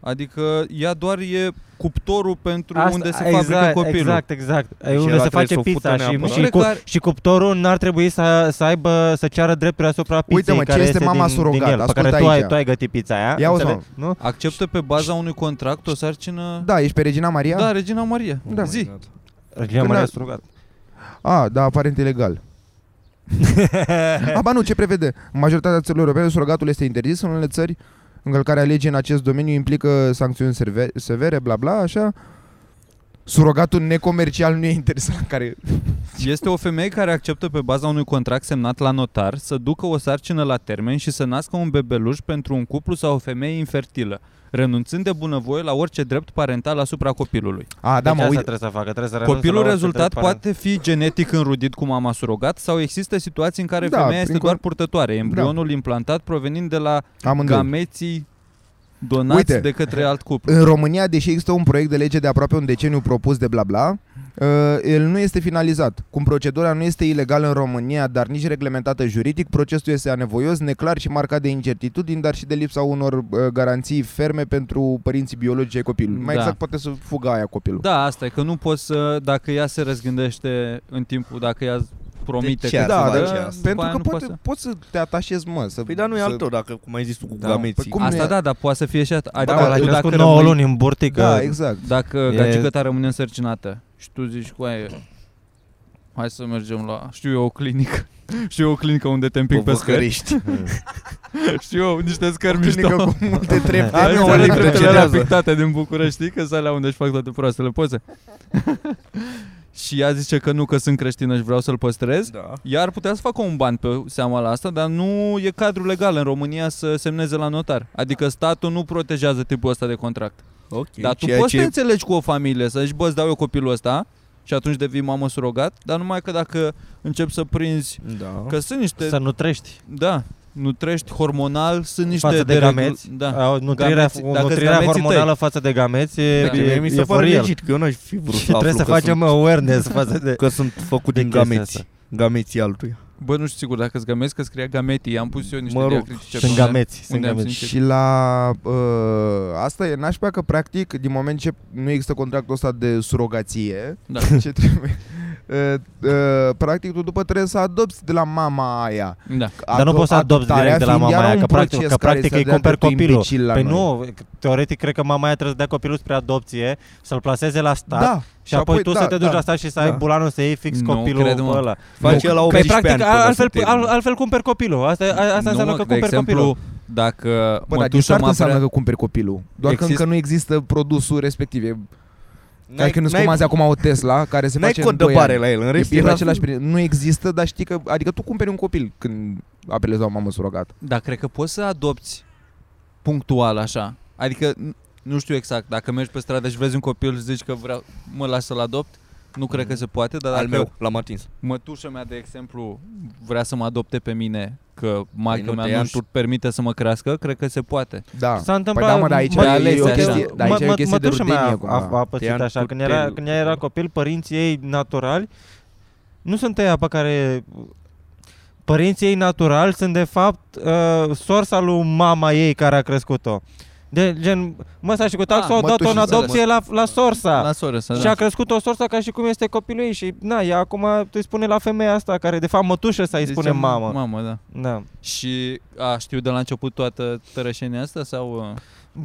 A: Adică ea doar e cuptorul pentru asta, unde se
D: exact,
A: fabrică copilul.
D: Exact, exact. E
C: Și
D: unde
C: ăla
D: se
C: trebuie
D: face
C: să o fută
D: pizza și,
C: neapărat.
A: Nu
B: Păi
D: și,
A: cred
D: cu,
A: că ar-
D: și cuptorul n-ar trebui să, să aibă, să ceară drepturi asupra pizzei
B: Uite, mă, ce
D: care
B: este mama
D: din,
B: surogat?
D: din el, pe care
B: Ascultă
D: tu ai,
B: aici.
D: tu ai gătit pizza aia.
B: Ia uzi,
D: înțelegi? nu?
A: Acceptă pe baza unui contract o sarcină...
B: Da, ești pe Regina Maria?
A: da Regina Maria.
C: Oh
A: Da.
C: my
A: Zi.
C: God.
D: Regina
B: Când
D: Maria
B: a- [LAUGHS]
D: surogat.
B: A, da, aparent ilegal.
D: Deci Da.
B: A, ba nu, ce prevede? În majoritatea țărilor europene, surogatul este interzis în unele țări. Încălcarea legii în acest domeniu implică sancțiuni serve- severe, bla bla, așa. Surogatul necomercial nu e interesant care...
A: Este o femeie care acceptă pe baza unui contract semnat la notar să ducă o sarcină la termen și să nască un bebeluș pentru un cuplu sau o femeie infertilă. renunțând de bunăvoie la orice drept parental asupra copilului.
B: A, da,
D: deci
B: mă,
D: asta
B: uite,
D: trebuie să facă, trebuie să renunțe la
A: Copilul
D: orice
A: rezultat
D: drept parent.
A: poate fi genetic înrudit cu mama surogat sau există situații în care da,
B: Da,
A: femeia
B: prin
A: este doar
B: con-
A: purtătoare, embrionul da. implantat provenind de la
B: amândoi.
A: gameții donați
B: Uite.
A: Uite. de către alt cuplu.
B: În România, deși există un proiect de lege de aproape un deceniu propus de bla bla, uh, el nu este finalizat. Cum procedura nu este ilegală în România, dar nici reglementată juridic, procesul este anevoios, neclar și marcat de incertitudini, dar și de lipsa unor uh, garanții ferme pentru părinții biologici ai copilului. Mai
A: Da.
B: exact, poate să fugă aia copilul.
A: Da, asta e că nu poți să, dacă ea se răzgândește în timpul, dacă ea promite
C: ce
A: că
C: ar
B: da,
C: să
A: dă,
C: faci
B: da
C: asta?
A: după
B: pentru
A: aia
B: că
A: nu poți
B: poate, poți să te atașezi, mă. Să,
C: Păi da, nu e
B: să...
C: al tău, dacă, cum ai zis tu, cu
A: Da.
C: gameții.
B: Păi cum
A: Asta
B: e?
A: da, dar poate să fie și asta.
D: Da,
A: Adică
D: da, l-a
A: tu
D: crescut
A: dacă
D: 9
A: rămâi-
D: luni în burtică.
B: Da, exact.
A: Dacă
D: E-
A: e... gagică ta rămâne însărcinată și tu zici cu aia, hai să mergem la, știu eu, o clinică. [LAUGHS] Știu eu o clinică unde
C: Păi
A: te împing pe scări. Știu eu, niște scări
B: Clinică
A: mișto. [LAUGHS]
B: cu [LAUGHS] multe trepte.
A: Ai,
C: nu,
A: nu,
C: alea
A: alea
C: care
A: treptele
C: cedează.
A: alea pictate din București, știi? Că alea unde își fac toate proastele poze. [LAUGHS] și ea zice că nu, că sunt creștină și vreau să-l păstrez.
C: [LAUGHS] Da.
A: Ea ar putea să facă un ban pe seama la asta, dar nu e cadru legal în România să semneze la notar. Adică statul nu protejează tipul ăsta de contract.
C: Ok.
A: Dar tu
C: ceea
A: poți
C: ce-
A: să te înțelegi cu o familie, să zici, bă, îți dau eu copilul ăsta și atunci devii mamă surogat, dar numai că dacă începi să prinzi
C: Da.
A: că sunt niște,
D: Să nu trești.
A: da, nutrești hormonal, sunt niște
D: Față de
A: deregul-
D: gameți? Ah.
A: Da.
D: Au, nutrirea,
A: Gameții- dacă-s
D: nutrirea
A: gameții
D: hormonală
A: tăi.
D: față de gameți e,
A: Da.
B: Deci,
D: e,
C: Mie mi
D: e
C: se pare
D: for real. [LAUGHS]
C: legit, că eu n-aș fi vrut
D: Și
C: să
D: trebuie
C: aflu
D: să
C: că
D: facem
C: sunt,
D: awareness [LAUGHS]
B: [LAUGHS]
D: față de...
C: că sunt făcut
D: de
C: din
D: chestia
C: gameții.
D: asta.
C: Gameții altuia.
A: Bă, nu știu sigur, dacă-s gamezi, că scria gametii, am pus eu niște
C: Mă rog,
A: diacritice.
D: Sunt
A: pe unde-
D: gameți. Sunt
A: unde am
D: gameți.
A: simțit.
B: Și la uh, asta e nașpa că practic din moment ce nu există contractul ăsta de surogație,
A: Da.
B: [LAUGHS] ce trebuie uh, uh, practic tu după trebuie să adopți de la mama aia.
A: Da.
D: Dar nu
B: Ado-
D: poți să adopți
B: adoptarea
D: direct de la
B: fiind
D: mama
B: iar
D: aia,
B: un
D: că practic,
B: proces
D: că
B: care
D: practic
B: se
D: îi
B: dea
D: cumperi
B: dreptul
D: copilul.
B: imbecil la
D: Păi
B: noi.
D: nu, teoretic cred că mama aia trebuie să dea copilul spre adopție, să-l placeze la stat
B: Da.
D: și apoi tu
B: da,
D: să te duci
B: da.
D: la stat și să
B: da.
D: ai bulanul să iei fix
A: Nu
D: copilul
A: cred, mă.
D: pe ăla.
C: Faci
A: Nu,
C: el la
D: Păi
C: 18
D: practic
C: ani până
D: altfel,
C: se termină.
D: al, altfel cumperi copilul. Asta, a, asta
A: Nu,
D: înseamnă
A: mă,
D: că
A: de
D: cumperi
A: exemplu,
D: copilul.
A: Dacă
B: Bă, dar din
A: mătușa
B: start
A: mă
B: înseamnă
A: vrea...
B: că cumperi copilul. Doar că
A: Exist-
B: încă nu există produsul respectiv. E
C: N-ai-
B: ca și când îți
C: n-ai-
B: comanzi acum o Tesla care se
C: N-ai
B: face în
C: cod de
B: 2
C: bare
B: ani.
C: la el, în
B: E,
C: rest
B: e la
C: la
B: același prin- Nu există, dar știi că... Adică tu cumperi un copil când apelezi la o mamă surogat.
A: Dar cred că poți să adopți punctual așa. Adică n- nu știu exact, dacă mergi pe stradă și vezi un copil și zici că vreau, mă las să-l adopt, nu cred
D: Mm.
A: că se poate, dar
C: Al
A: dacă
C: meu, l-am atins.
A: mătușa mea, de exemplu, vrea să mă adopte pe mine, că maica
D: Păi
C: nu
A: mea
C: te ia
A: nu
C: în
A: își permite să mă crească, cred că se poate.
B: Da.
D: S-a întâmplat...
B: Păi da, mă, dar aici
A: mă,
B: e
A: ales
B: o
A: așa.
B: chestie,
A: Mă-
B: dar aici e o chestie de
D: mătușa mea
B: rudenie
D: a, a,
B: cumva.
D: a pățit
C: Te-am
D: așa, când era,
C: curtelul.
D: când ea era copil, părinții ei naturali nu sunt ei pe care... Părinții ei naturali sunt de fapt uh, sorsa lui mama ei care a crescut-o. De gen, măsa și cu taxul
A: Ah,
D: au dat-o în
B: mătușița,
D: adopție la, la sorsa.
A: La da. soră să
D: Da. și a crescut o sorsa ca și cum este copilul ei și na, ea acum îi spune la femeia asta care de fapt mătușă să îi spune mamă.
A: Deci Mamă, da.
D: da.
A: Și a știu de la început toată tărășenia asta sau uh,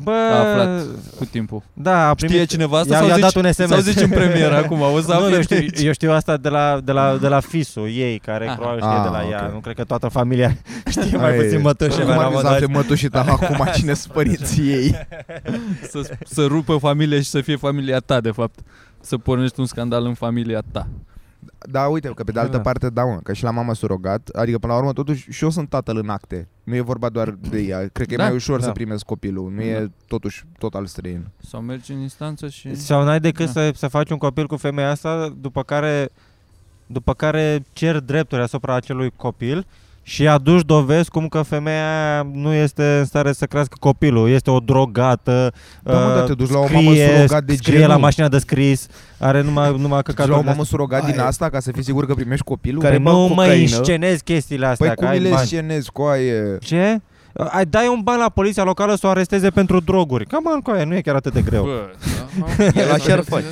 D: Bă,
A: a aflat cu timpul?
D: da, a primit,
A: Știe cineva asta
D: i-a-
A: sau,
D: i-a
A: zici,
D: dat un SMS.
A: sau zici în premieră
D: [LAUGHS]
A: acum? O să
D: nu,
A: afli
D: eu, știu,
A: aici.
D: eu știu asta de la, de la, de la fisul ei, care
A: Aha.
D: probabil știe
B: Ah,
D: de la ea.
B: ok.
D: Nu cred că toată familia [LAUGHS] știe mai
B: Ai,
D: puțin mătășe.
B: Cum ar fi să afle mătușii
D: [LAUGHS]
B: ta acum cine sunt părinții ei?
A: să, să rupă familia și să fie familia ta, de fapt. Să pornești un scandal în familia ta.
B: Da, uite, că pe de altă
D: Da.
B: parte, da, mă, că și la mama surogat, adică până la urmă, totuși, și eu sunt tatăl în acte. Nu e vorba doar de ea. Cred că e
A: Da,
B: mai ușor
D: da.
B: să primesc copilul. Nu e totuși total străin.
A: Sau mergi în instanță și...
D: Sau n-ai decât
A: Da.
D: să, să faci un copil cu femeia asta, după care, după care cer drepturi asupra acelui copil și aduci dovezi cum că femeia aia nu este în stare să crească copilul. Este o drogată,
B: Da, mă,
D: uh,
B: dar te duci la o mamă
D: scrie,
B: surogat de
D: scrie la
B: genul.
D: mașina de scris, are numai, numai
B: Deci la o
D: căcaturi.
B: mamă surogat din
C: Aia.
B: asta ca să fii sigur că primești copilul?
C: Care- bag
D: Nu mă
C: cocaină.
D: inscenezi chestiile astea.
B: Păi
D: că
B: cum
D: ai
B: le
D: bani.
B: scenezi, coaie?
D: Ce? Ai dai un ban la poliția locală să o aresteze pentru droguri. Cam an cu aia, nu e chiar atât de greu. [LAUGHS]
A: Bă, da,
C: El așa ar face.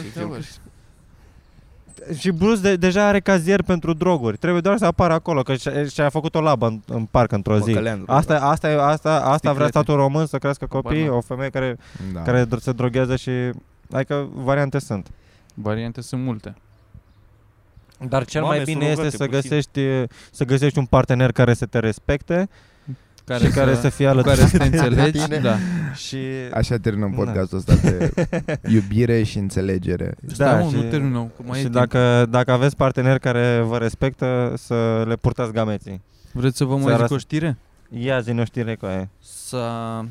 D: și Bruce de- deja are cazier pentru droguri. Trebuie doar să apară acolo, că și-a, și-a făcut o labă în, în parc într-o zi.
C: Păcălean,
D: Asta, asta, e- asta, asta vrea
A: Sticlete.
D: statul român, să crească copii,
A: Barna.
D: o femeie care,
B: Da.
D: care dr- se droghează și... Hai că variante sunt.
A: Variante sunt multe.
D: Dar cel
C: Mame,
D: mai bine
C: surogate,
D: este să
C: puțin.
D: găsești, să găsești un partener care să te respecte care și
A: să,
D: care să fie
A: cu
D: alături
A: care să te
D: de
A: înțelegi,
D: tine.
A: da.
D: Și...
B: Așa terminăm
D: Da.
B: podcastul ăsta de iubire și înțelegere.
A: Da, mă,
D: și-
A: nu terminăm, că mai
D: și
A: e timp.
D: dacă, dacă aveți parteneri care vă respectă, să le purtați gameții.
A: Vreți să vă mai
D: Țara
A: zic o știre?
D: Ia zi o știre cu aia.
A: S-a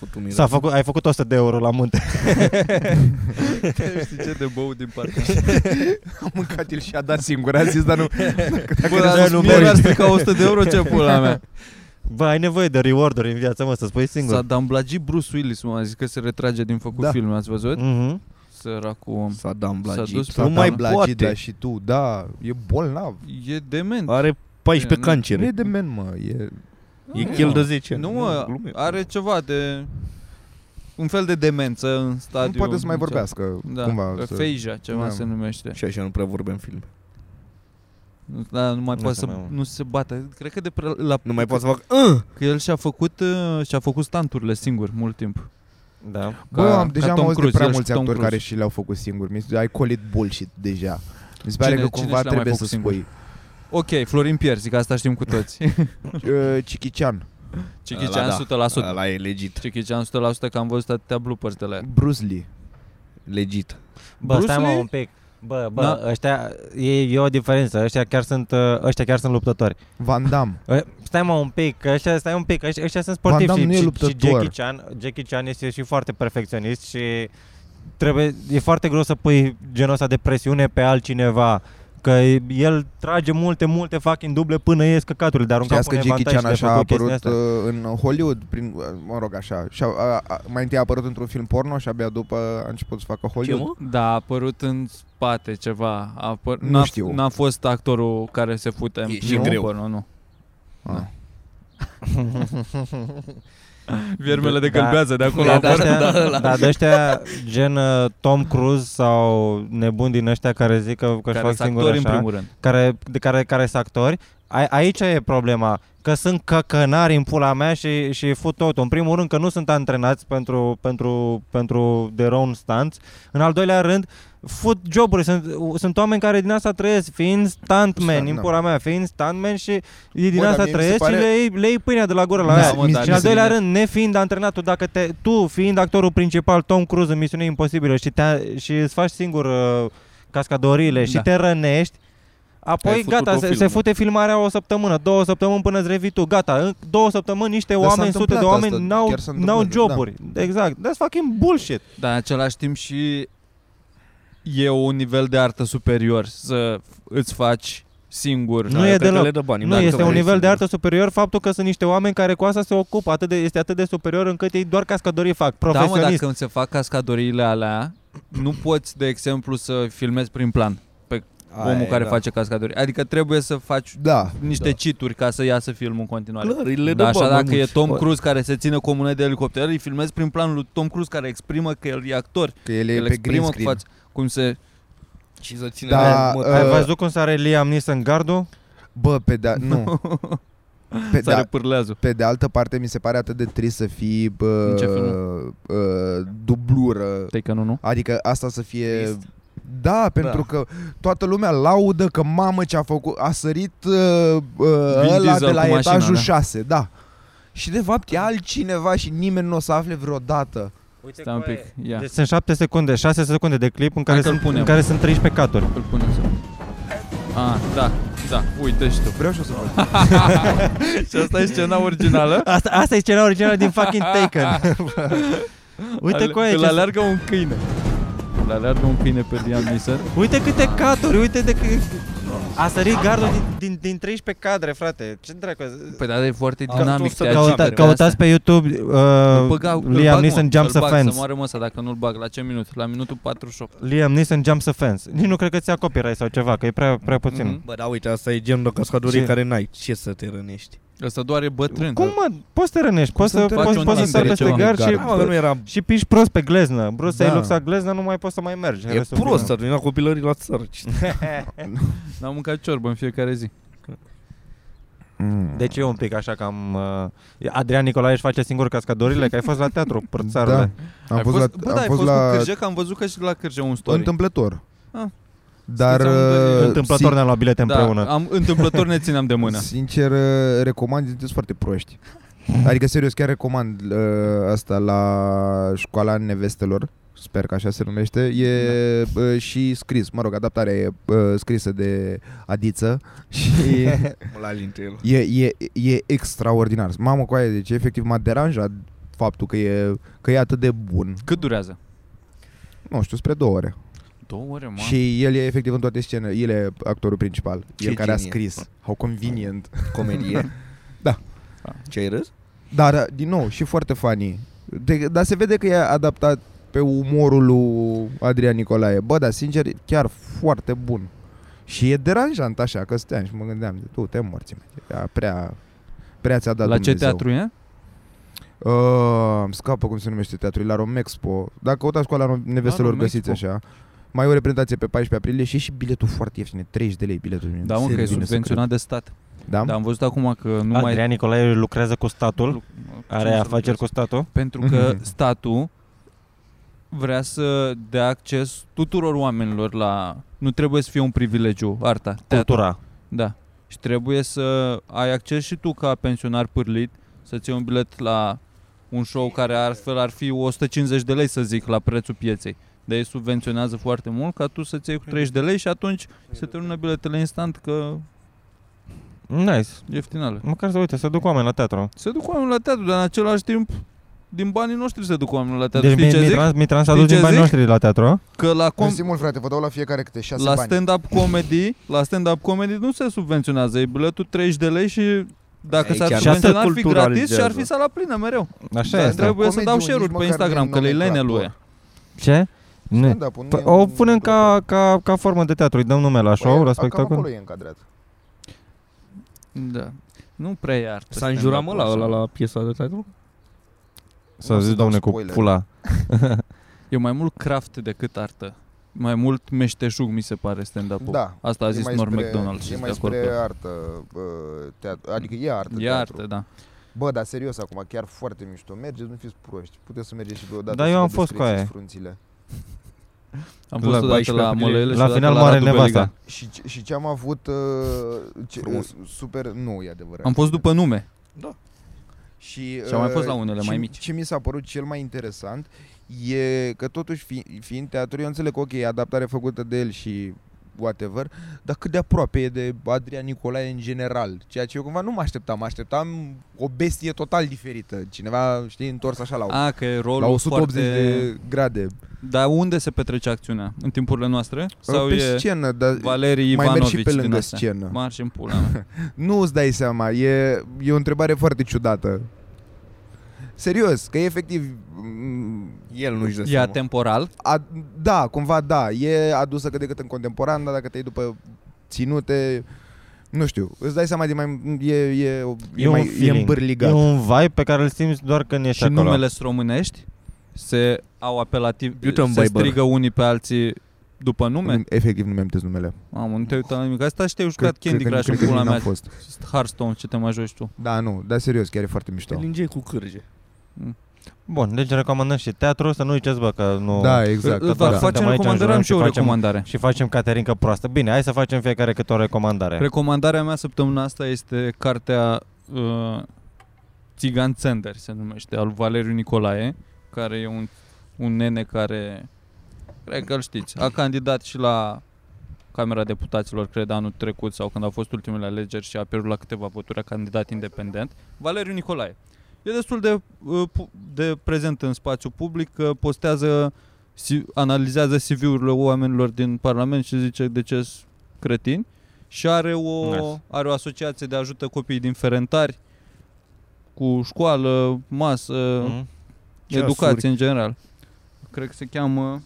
C: făcut mine.
D: S-a făcut, ai făcut 100 de euro la munte.
A: [LAUGHS]
D: [LAUGHS]
A: Știi ce de băut din
D: [LAUGHS]
A: partea
B: Am mâncat el și a dat singur, a zis, dar nu... Dacă
A: Bă,
D: nu
A: dar nu
D: merită.
A: ar strica 100 de euro
D: [LAUGHS]
A: ce pula mea.
D: Bă, ai nevoie de reward în viață, mă, să spui
A: S-a
D: singur.
A: damblagit Bruce Willis, mă, a zis că se retrage din făcut
B: Da.
A: film, ați văzut?
D: Mhm.
A: Săracul om.
C: S-a
A: [LAUGHS]
C: damblagit.
A: S-a dus
B: S-a
C: nu mai
B: damblagit, da,
C: poate.
B: și tu, da, e bolnav.
A: E dement.
C: Are 14
A: Nu-
B: Nu e
C: cancere.
B: de men, mă, e...
C: E
A: Nu,
C: kill
A: nu.
C: de 10.
A: Nu, mă,
C: glume.
A: are ceva de... Un fel de demență în
B: Nu
A: stadiu.
B: poate să mai
A: nicio-
B: vorbească,
A: Da,
B: cumva. să-
A: feija, ceva
B: Da.
A: se numește.
C: Și așa nu prea vorbim film.
A: Da, nu mai
D: Nu
A: poate
D: se
A: să
D: mai aude.
A: nu se bată. Cred că de pre, la
C: Nu mai poate să fac... "Ah!"
A: că el și-a făcut uh, și-a făcut stanturile singur mult timp.
D: Da.
B: Bă,
A: Ca-
B: am, deja
A: ca
B: am
A: Tom
B: auzit
A: Cruise,
B: de prea
A: el și
B: mulți
A: Tom
B: actori
A: Cruise.
B: care și le-au făcut singuri. Mi se- Ai colit bullshit deja. Mi se pare
A: Cine-
B: că
A: cine
B: cumva
A: și l-a mai
B: trebuie să
A: făcut singur?
B: spui.
A: Ok, Florin Piersic, asta știm
B: [LAUGHS]
A: cu toți.
B: Uh, Cichicean,
A: Cichicean
C: Ăla da.
A: 100%.
C: Ăla e legit.
A: Cichicean 100% că am văzut atâtea bloopers de la el.
B: Bruce Lee.
C: Legit.
D: Bă,
A: Bruce
D: stai mă
A: Lee?
D: un pic. Bă, bă, ăștia, e, e o diferență, ăștia chiar sunt, uh, ăștia chiar sunt luptători.
B: Van Damme.
D: Ă, Stai mă un pic, că ăștia, stai un pic, ăștia, ăștia sunt
B: Van
D: sportivi
B: Damme
D: și,
B: da, nu e
D: și, și
B: luptător.
D: Jackie Chan, Jackie Chan este și foarte perfecționist și trebuie, e foarte greu să pui genul ăsta de presiune pe altcineva că el trage multe, multe fucking duble până ies căcaturile, dar un
B: Știați
D: cap
B: că
D: un
B: Jackie
D: avantaj și
B: Chan
D: de
B: așa a
D: făcut chestia
B: apărut
D: asta.
B: uh, în Hollywood, prin, uh, mă rog așa, și a, a, a, mai întâi a apărut într-un film porno și abia după a început să facă Hollywood.
A: Da, a apărut în spate ceva. A apăr...
B: Nu
A: n-a,
B: știu.
A: N-a fost actorul care se fute în
C: E și
A: nu,
C: greu.
A: Bă, nu, nu.
B: Ah.
A: Viermele de
D: Da.
A: gălbează de acolo.
D: Da,
A: apar.
D: da, da, da, da, de ăștia gen uh, Tom Cruise sau nebuni din ăștia care zic că, că își
A: care
D: fac
A: sunt
D: singur
A: actori în
D: așa,
A: primul rând.
D: care, de care, care sunt actori, a, aici e problema, că sunt căcănari în pula mea și, și fut tot. În primul rând că nu sunt antrenați pentru, pentru, pentru their own stunts. În al doilea rând, fut joburi. Sunt, sunt oameni care din asta trăiesc, fiind stuntmen,
B: Stunt,
D: în
B: da.
D: pula mea, fiind stuntmen și ei din
B: Bă, dar
D: asta
B: mie mi se
D: trăiesc
B: pare-
D: și le, iei- le iei pâinea de la gură la
B: Mi se-
D: aia.
B: mi se-
D: Și în al
B: mi se-
D: doilea rând, nefiind antrenatul, dacă te, tu fiind actorul principal, Tom Cruise în Misiune Imposibilă și, te, și îți faci singur uh, cascadoriile și
A: Da.
D: te rănești,
C: Ai
D: apoi
C: făcut
D: gata,
C: o
D: se,
C: filmă.
D: se fute filmarea o săptămână, două săptămâni până îți revii tu, gata, în două săptămâni niște
B: Dar s-a
D: oameni, sute de
B: întâmplat
D: oameni
B: asta,
D: n-au,
B: chiar s-a
D: n-au
B: întâmplat, da.
D: joburi. Exact, that's fucking bullshit.
A: Dar în același timp și e un nivel de artă superior să îți faci singur.
D: Nu e
C: Cred că
D: deloc.
C: le dă bani,
D: nu
C: dacă
D: este un
C: vrei
D: nivel
C: să-
D: de artă superior faptul că sunt niște oameni care cu asta se ocupă, atât de, este atât de superior încât ei doar cascadorii fac,
A: da, mă,
D: profesionist.
A: dacă îmi se fac cascadoriile alea, nu poți, de exemplu, să filmezi prin plan pe
C: Aia
A: omul
C: e,
A: care
C: da.
A: face cascadori. Adică trebuie să faci
B: Da.
A: niște
C: Da.
A: cituri ca să iasă filmul în continuare.
C: Clar, îi le dă
A: Da, așa
C: bani,
A: dacă
C: mă,
A: e Tom
C: bă.
A: Cruise care se ține cu o mână de elicopter, îi filmezi prin planul lui Tom Cruise care exprimă că el e actor.
B: Că el e
A: el
B: pe green
A: exprimă cu
B: screen.
A: față cum se...
C: Și să ține
B: Da,
C: da, mă,
B: uh,
D: Ai văzut cum s-are Liam Neeson gardul?
B: Bă, pe de
A: [LAUGHS]
B: nu. Pe
A: Sare
B: de
A: pârleazul.
B: pe de altă parte mi se pare atât de trist să fii bă,
A: În ce film?
B: bă, dublură.
A: Te că nu, nu?
B: Adică asta să fie
C: Trist.
B: Da, pentru că toată lumea laudă că mamă ce a făcut, a sărit uh, uh,
A: Vin
B: ăla
A: Diesel
B: de la
A: cu mașina,
B: etajul
A: da.
B: 6, da. Și de fapt e altcineva și nimeni nu o să afle vreodată.
D: Uite
A: Stai un pic. Ia,
D: Deci sunt 7 secunde, 6 secunde de clip în care,
A: Da. Hai că-l
D: sunt,
A: punem.
D: în care sunt
A: [LAUGHS]
D: 13 caturi.
A: îl punem să... Ah, da, da, uite și tu.
B: Vreau și o
A: [LAUGHS]
B: să fac.
A: Și asta e scena [LAUGHS] originală?
D: Asta, asta e scena originală din fucking
A: [LAUGHS]
D: Taken. Uite
A: Ale-
D: cu aia,
A: Îl
D: ce,
A: alergă un câine. Îl alergă un câine pe Liam Neeson.
D: uite câte caturi, uite de cât... A sărit gardul din, din, din 13 cadre, frate. Ce dracu?
A: Păi da, e foarte
C: Am
A: dinamic.
C: dus să
A: te
C: caut-
A: ajută
D: Căuta,
C: camerele
D: căutați pe YouTube
A: Îl
D: uh,
A: băga- îl bag,
D: Liam
A: mă,
D: Neeson
A: îl
D: Jumps a
A: bag,
D: Fence.
A: Să moară măsa dacă nu-l bag. La ce minut? La minutul 48.
D: Liam Neeson Jumps a Fence. Nici nu cred că ți-a copyright sau ceva, că e prea, prea puțin.
A: Mhm.
C: Bă, da, uite, asta e genul de cascadorie
D: Ce?
C: care n-ai ce să te rănești.
A: Ăsta doar e bătrân.
D: Cum mă? Poți să te rănești, poți
B: să
D: să,
B: te
A: faci
D: poți,
A: un
D: poți să
A: timp
D: sari
A: de
D: peste
A: ceva?
D: gard și,
B: Gard.
C: Da, mă, nu era...
D: și piși prost pe gleznă. Brusă să
B: Da.
D: ai luxa gleznă, nu mai poți să mai mergi.
C: E
D: Restul
C: prost,
D: vine.
C: ar veni la copilării la țară. [LAUGHS] Ce-
A: [LAUGHS] N-am mâncat ciorbă în fiecare zi.
B: Mm.
D: Deci e un pic așa că am... Uh, Adrian Nicolae își face singur cascadorile, că ai fost la teatru, părțarule.
B: Da. Am
A: Ai
B: fost, la,
A: bă,
B: am
A: da, ai
B: fost
A: fost
B: la
A: cu Cârje, că am văzut că și la Cârje un story.
B: întâmplător.
A: Ah.
B: Dar
A: Sunteți amândoi
B: uh,
D: Întâmplător ne-am luat bilete împreună.
A: Da, am, întâmplător ne țineam de mână.
B: Sincer, uh, recomand, sunteți foarte [LAUGHS] proști. Adică, serios, chiar recomand uh, asta la școala nevestelor, sper că așa se numește, e uh, și scris, mă rog, adaptarea e uh, scrisă de Adiță [LAUGHS] și
C: Mă, La linte el.
B: e, e, e extraordinar. Mamă, cu aia, deci efectiv m-a deranjat faptul că e, că e atât de bun,
A: Cât durează?
B: nu știu, spre două ore.
A: Două ore, mă.
B: Și el e efectiv în toate scenele, el e actorul principal,
C: Ce
B: el care a
C: genie.
B: scris. How convenient.
C: Comedie.
B: Da.
C: Ce ai râs?
B: Dar, uh, din nou, și foarte funny. De, dar se vede că e adaptat pe umorul lui Adrian Nicolae. Bă, dar sincer, e chiar foarte bun. Și e deranjant așa, că stăteam și mă gândeam, tu te morți, mă. Ea prea, prea ți-a dat
A: La ce
B: Da, Dumnezeu.
A: teatru e?
B: Uh, îmi scapă cum se numește teatrul, e la Romexpo. Dacă căutați școala neveselor,
A: Romexpo.
B: găsiți așa. Mai e o reprezentație pe 14 aprilie și e și biletul foarte ieftin, 30 de lei biletul.
A: Da, mă, că e
B: Bine să
A: subvenționat de stat.
B: cred. Da?
A: Dar am văzut acum că nu mai...
D: Adrian Nicolae lucrează cu statul, are
A: Ce să
D: afaceri cu statul.
A: Pentru
B: [LAUGHS]
A: că statul vrea să dea acces tuturor oamenilor la... Nu trebuie să fie un privilegiu, arta, teatru.
D: Cultura.
A: Da. Și trebuie să ai acces și tu ca pensionar pârlit să-ți iei un bilet la un show care altfel ar fi 150 de lei, să zic, la prețul pieței. De ei subvenționează foarte mult ca tu să-ți iei cu 30 de lei și atunci se termină biletele instant că
D: Nice.
A: ieftinale.
D: Măcar să uite, să duc oameni la teatru.
A: Se duc oamenii la teatru, dar în același timp din banii noștri se duc oamenii la teatru.
D: Deci
A: Deci,
D: mi,
A: Știi ce
D: mi,
A: zic?
D: trans, mi trans a
A: Știi
D: dus
A: ce
D: din banii
A: zic?
D: noștri la teatru.
A: Că la, com-
E: Mersi mult, frate, vă dau la fiecare câte șase
A: la
E: bani.
A: stand-up comedy, la stand-up comedy nu se subvenționează. E biletul 30 de lei și dacă
C: Ei,
A: s-ar
C: chiar.
A: subvenționa ar fi
C: cultura
A: gratis și ar fi
C: aligează.
A: sala plină mereu.
D: Așa
B: Da,
D: este.
B: da.
A: Trebuie să
B: comediu,
A: dau
B: nici
A: share-uri pe
B: măcar nu e
A: Instagram, că le lene
B: nomenclator.
A: lui.
D: Ce? Nu.
E: Stand-up-ul nu
D: Păi,
E: e
D: O
E: un-
D: punem ca, ca, ca formă de teatru, îi dăm nume la show,
E: Păi,
D: la
E: a, Cam acolo
D: spectacol.
E: e încadrat.
A: Da. Nu prea e artă.
C: S-a înjurat mă la
A: stand-up-ul
C: ăla
A: așa.
C: la piesa de teatru?
D: Să
E: Nu o să
D: zici,
E: dau
D: domne, cu
E: spoiler.
D: pula.
A: E mai mult craft decât artă. Mai mult meșteșug mi se pare stand-up-ul.
E: Da.
A: Asta a
E: e
A: zis
E: mai
A: Norm
E: spre-
A: MacDonald și
E: E
A: sunt de
E: mai
A: acord.
E: spre
A: cu-
E: artă, bă, teatru. Adică e artă,
A: E
E: teatru.
A: artă, da.
E: Bă, dar serios acum, chiar foarte mișto. Mergeți, nu fiți proști. Puteți să mergeți și voi odată
D: Da,
E: să
D: eu
E: vă
D: am fost cu
E: descrețiți
D: aia.
E: frunțile.
A: Am
C: La
A: fost odată
C: 14
A: la
C: aprilie.
A: Mălăile și
D: La
A: odată
D: final moare
A: Radu
D: nevasta.
A: Beligan.
E: Și, ce- și ce am avut uh, ce,
C: Frumos.
E: uh, super... Nu, e adevărat.
A: Am fost după nume.
E: Și,
A: Și am mai
E: uh,
A: fost la unele
E: ce,
A: mai mici.
E: Ce mi s-a părut cel mai interesant e că totuși fi, fiind teatru, eu înțeleg că ok, e adaptare făcută de el și whatever, dar cât de aproape e de Adrian Nicolae în general, ceea ce eu cumva nu mă așteptam, mă așteptam o bestie total diferită, cineva, știi, întors așa la,
A: A, Ah, că e rolul
B: La 180
A: foarte...
B: de grade.
A: Dar unde se petrece acțiunea? În timpurile noastre? Sau
B: Păi pe
A: e
B: scenă, dar
A: Valerii
B: mai mergi
A: Ivanovici
B: și pe
A: din
B: lângă
A: astea?
B: scenă.
A: Marș în pula mea.
B: Nu îți dai seama, e, e o întrebare foarte ciudată. Serios, că e efectiv... mm, m,
C: El nu-și dă
A: E
C: seama.
A: atemporal?
B: A, da, cumva da, e adusă cât de cât în contemporan, dar dacă te iei după ținute, nu știu, îți dai seama de mai... E, e, o- e,
D: E un
B: mai, e
D: feeling.
B: îmbârligat.
D: E un vibe pe care îl simți doar când ești
A: Și
D: acolo.
A: numele sunt românești? Se au apelativ, se
C: Gutenberg.
A: strigă unii pe alții după nume?
B: Nu- Mm, Efectiv nu mi-am amintesc numele.
A: Mamă, nu te uita la nimic. Asta și te-ai jucat Candy
B: că-
A: Crush
B: cred
A: în
B: că
A: pula
B: nici n-am
A: mea.
B: fost.
A: Hearthstone, ce te mai joci tu.
B: Da, nu, dar serios, chiar e foarte mișto.
C: Te lingeai cu [LAUGHS] cârje.
D: Bun, deci recomandăm și teatru, să nu uitați, bă, că nu...
B: Da, exact.
A: Îl-
B: da,
A: va-
B: da.
A: Facem
D: Suntem aici,
A: recomandare,
D: înjurăm
A: am
D: și
A: și eu o
D: facem-
A: recomandare.
D: Și facem Caterinca proastă. Bine, hai să facem fiecare câte o recomandare.
A: Recomandarea mea săptămâna asta este cartea uh, Țigan Sender, se numește, al lui Valeriu Nicolae, care e un, un nene care, cred că îl știți, a candidat și la Camera Deputaților, cred, anul trecut sau când au fost ultimele alegeri și a pierdut la câteva voturi, a candidat independent, Valeriu Nicolae. E destul de, uh, pu- de prezent în spațiu public, că postează, si- analizează CV-urile oamenilor din Parlament și zice de ce sunt cretini și are o,
D: Nice.
A: are o asociație de ajută copiii din Ferentari cu școală, masă, mm
D: Mhm.
C: Ceasuri.
A: educație în general. Cred că se cheamă,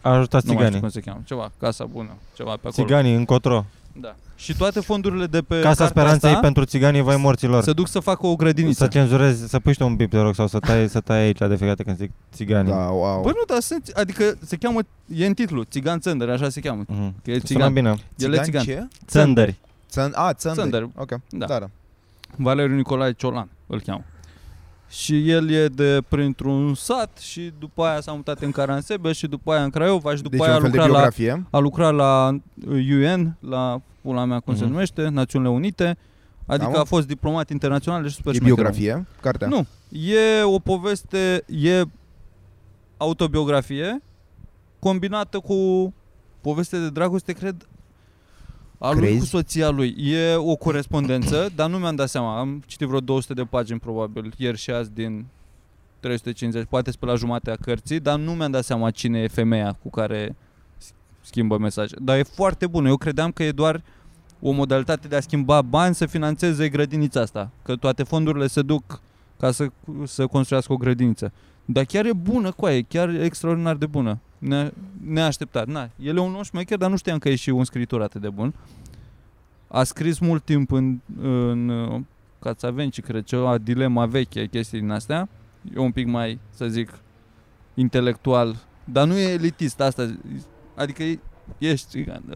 D: Ajutați
A: nu mai știu
D: țiganii.
A: cum se cheamă, ceva, Casa Bună, ceva pe acolo.
D: Țiganii, încotro.
A: Da. Și toate fondurile de pe
D: Casa
A: cartea
D: Speranței
A: asta
D: pentru țiganii vai morților.
A: se duc să facă o grădiniță.
D: Să cenzurezi, să pui și tu un bip, te rog, sau să tai, să tai aici de fiecare dată când zic țiganii.
B: Da, wow.
A: Bă, nu, dar sunt, adică se cheamă, e în titlu, Țigan Țăndăr, așa se cheamă.
D: Mhm.
A: Că e
D: Sună
A: țigan,
D: bine.
A: el e țigan.
B: ce?
D: Țândări.
B: Țân, a, țândări.
A: Țândări.
B: Ok,
A: Da.
B: da, da.
A: Valeriu Nicolae Ciolan îl cheamă. Și el e de printr-un sat și după aia s-a mutat în Caransebe și după aia în Craiova și după
B: Deci e
A: aia a
B: un fel de
A: lucrat la
B: biografie.
A: a lucrat la uh, UN, la pula mea cum mm-hmm. se
D: Mhm.
A: numește, Națiunile Unite, adică
B: Da, mă.
A: a fost diplomat internațional și super
B: E
A: șmecher om.
B: biografie, da. cartea.
A: Nu, e o poveste, e autobiografie combinată cu poveste de dragoste, cred, a lui
B: Crezi?
A: cu soția lui. E o [CLEARS THROAT] corespondență, dar nu mi-am dat seama. Am citit vreo 200 de pagini probabil ieri și azi din 350, poate sunt pe la jumatea cărții, dar nu mi-am dat seama cine e femeia cu care s- schimbă mesaje. Dar e foarte bun. Eu credeam că e doar o modalitate de a schimba bani să financeze grădinița asta. Că toate fondurile se duc ca să, să construiască o grădiniță. Dar chiar e bună cu e chiar extraordinar de bună. Ne, neașteptat. Na, el e un om șmecher, dar nu știam că e și un scriitor atât de bun. A scris mult timp în, în uh, Cațavenci, cred, ceva dilema veche, chestii din astea. E un pic mai, să zic, intelectual, dar nu e elitist asta. Adică e- ești țigan. da.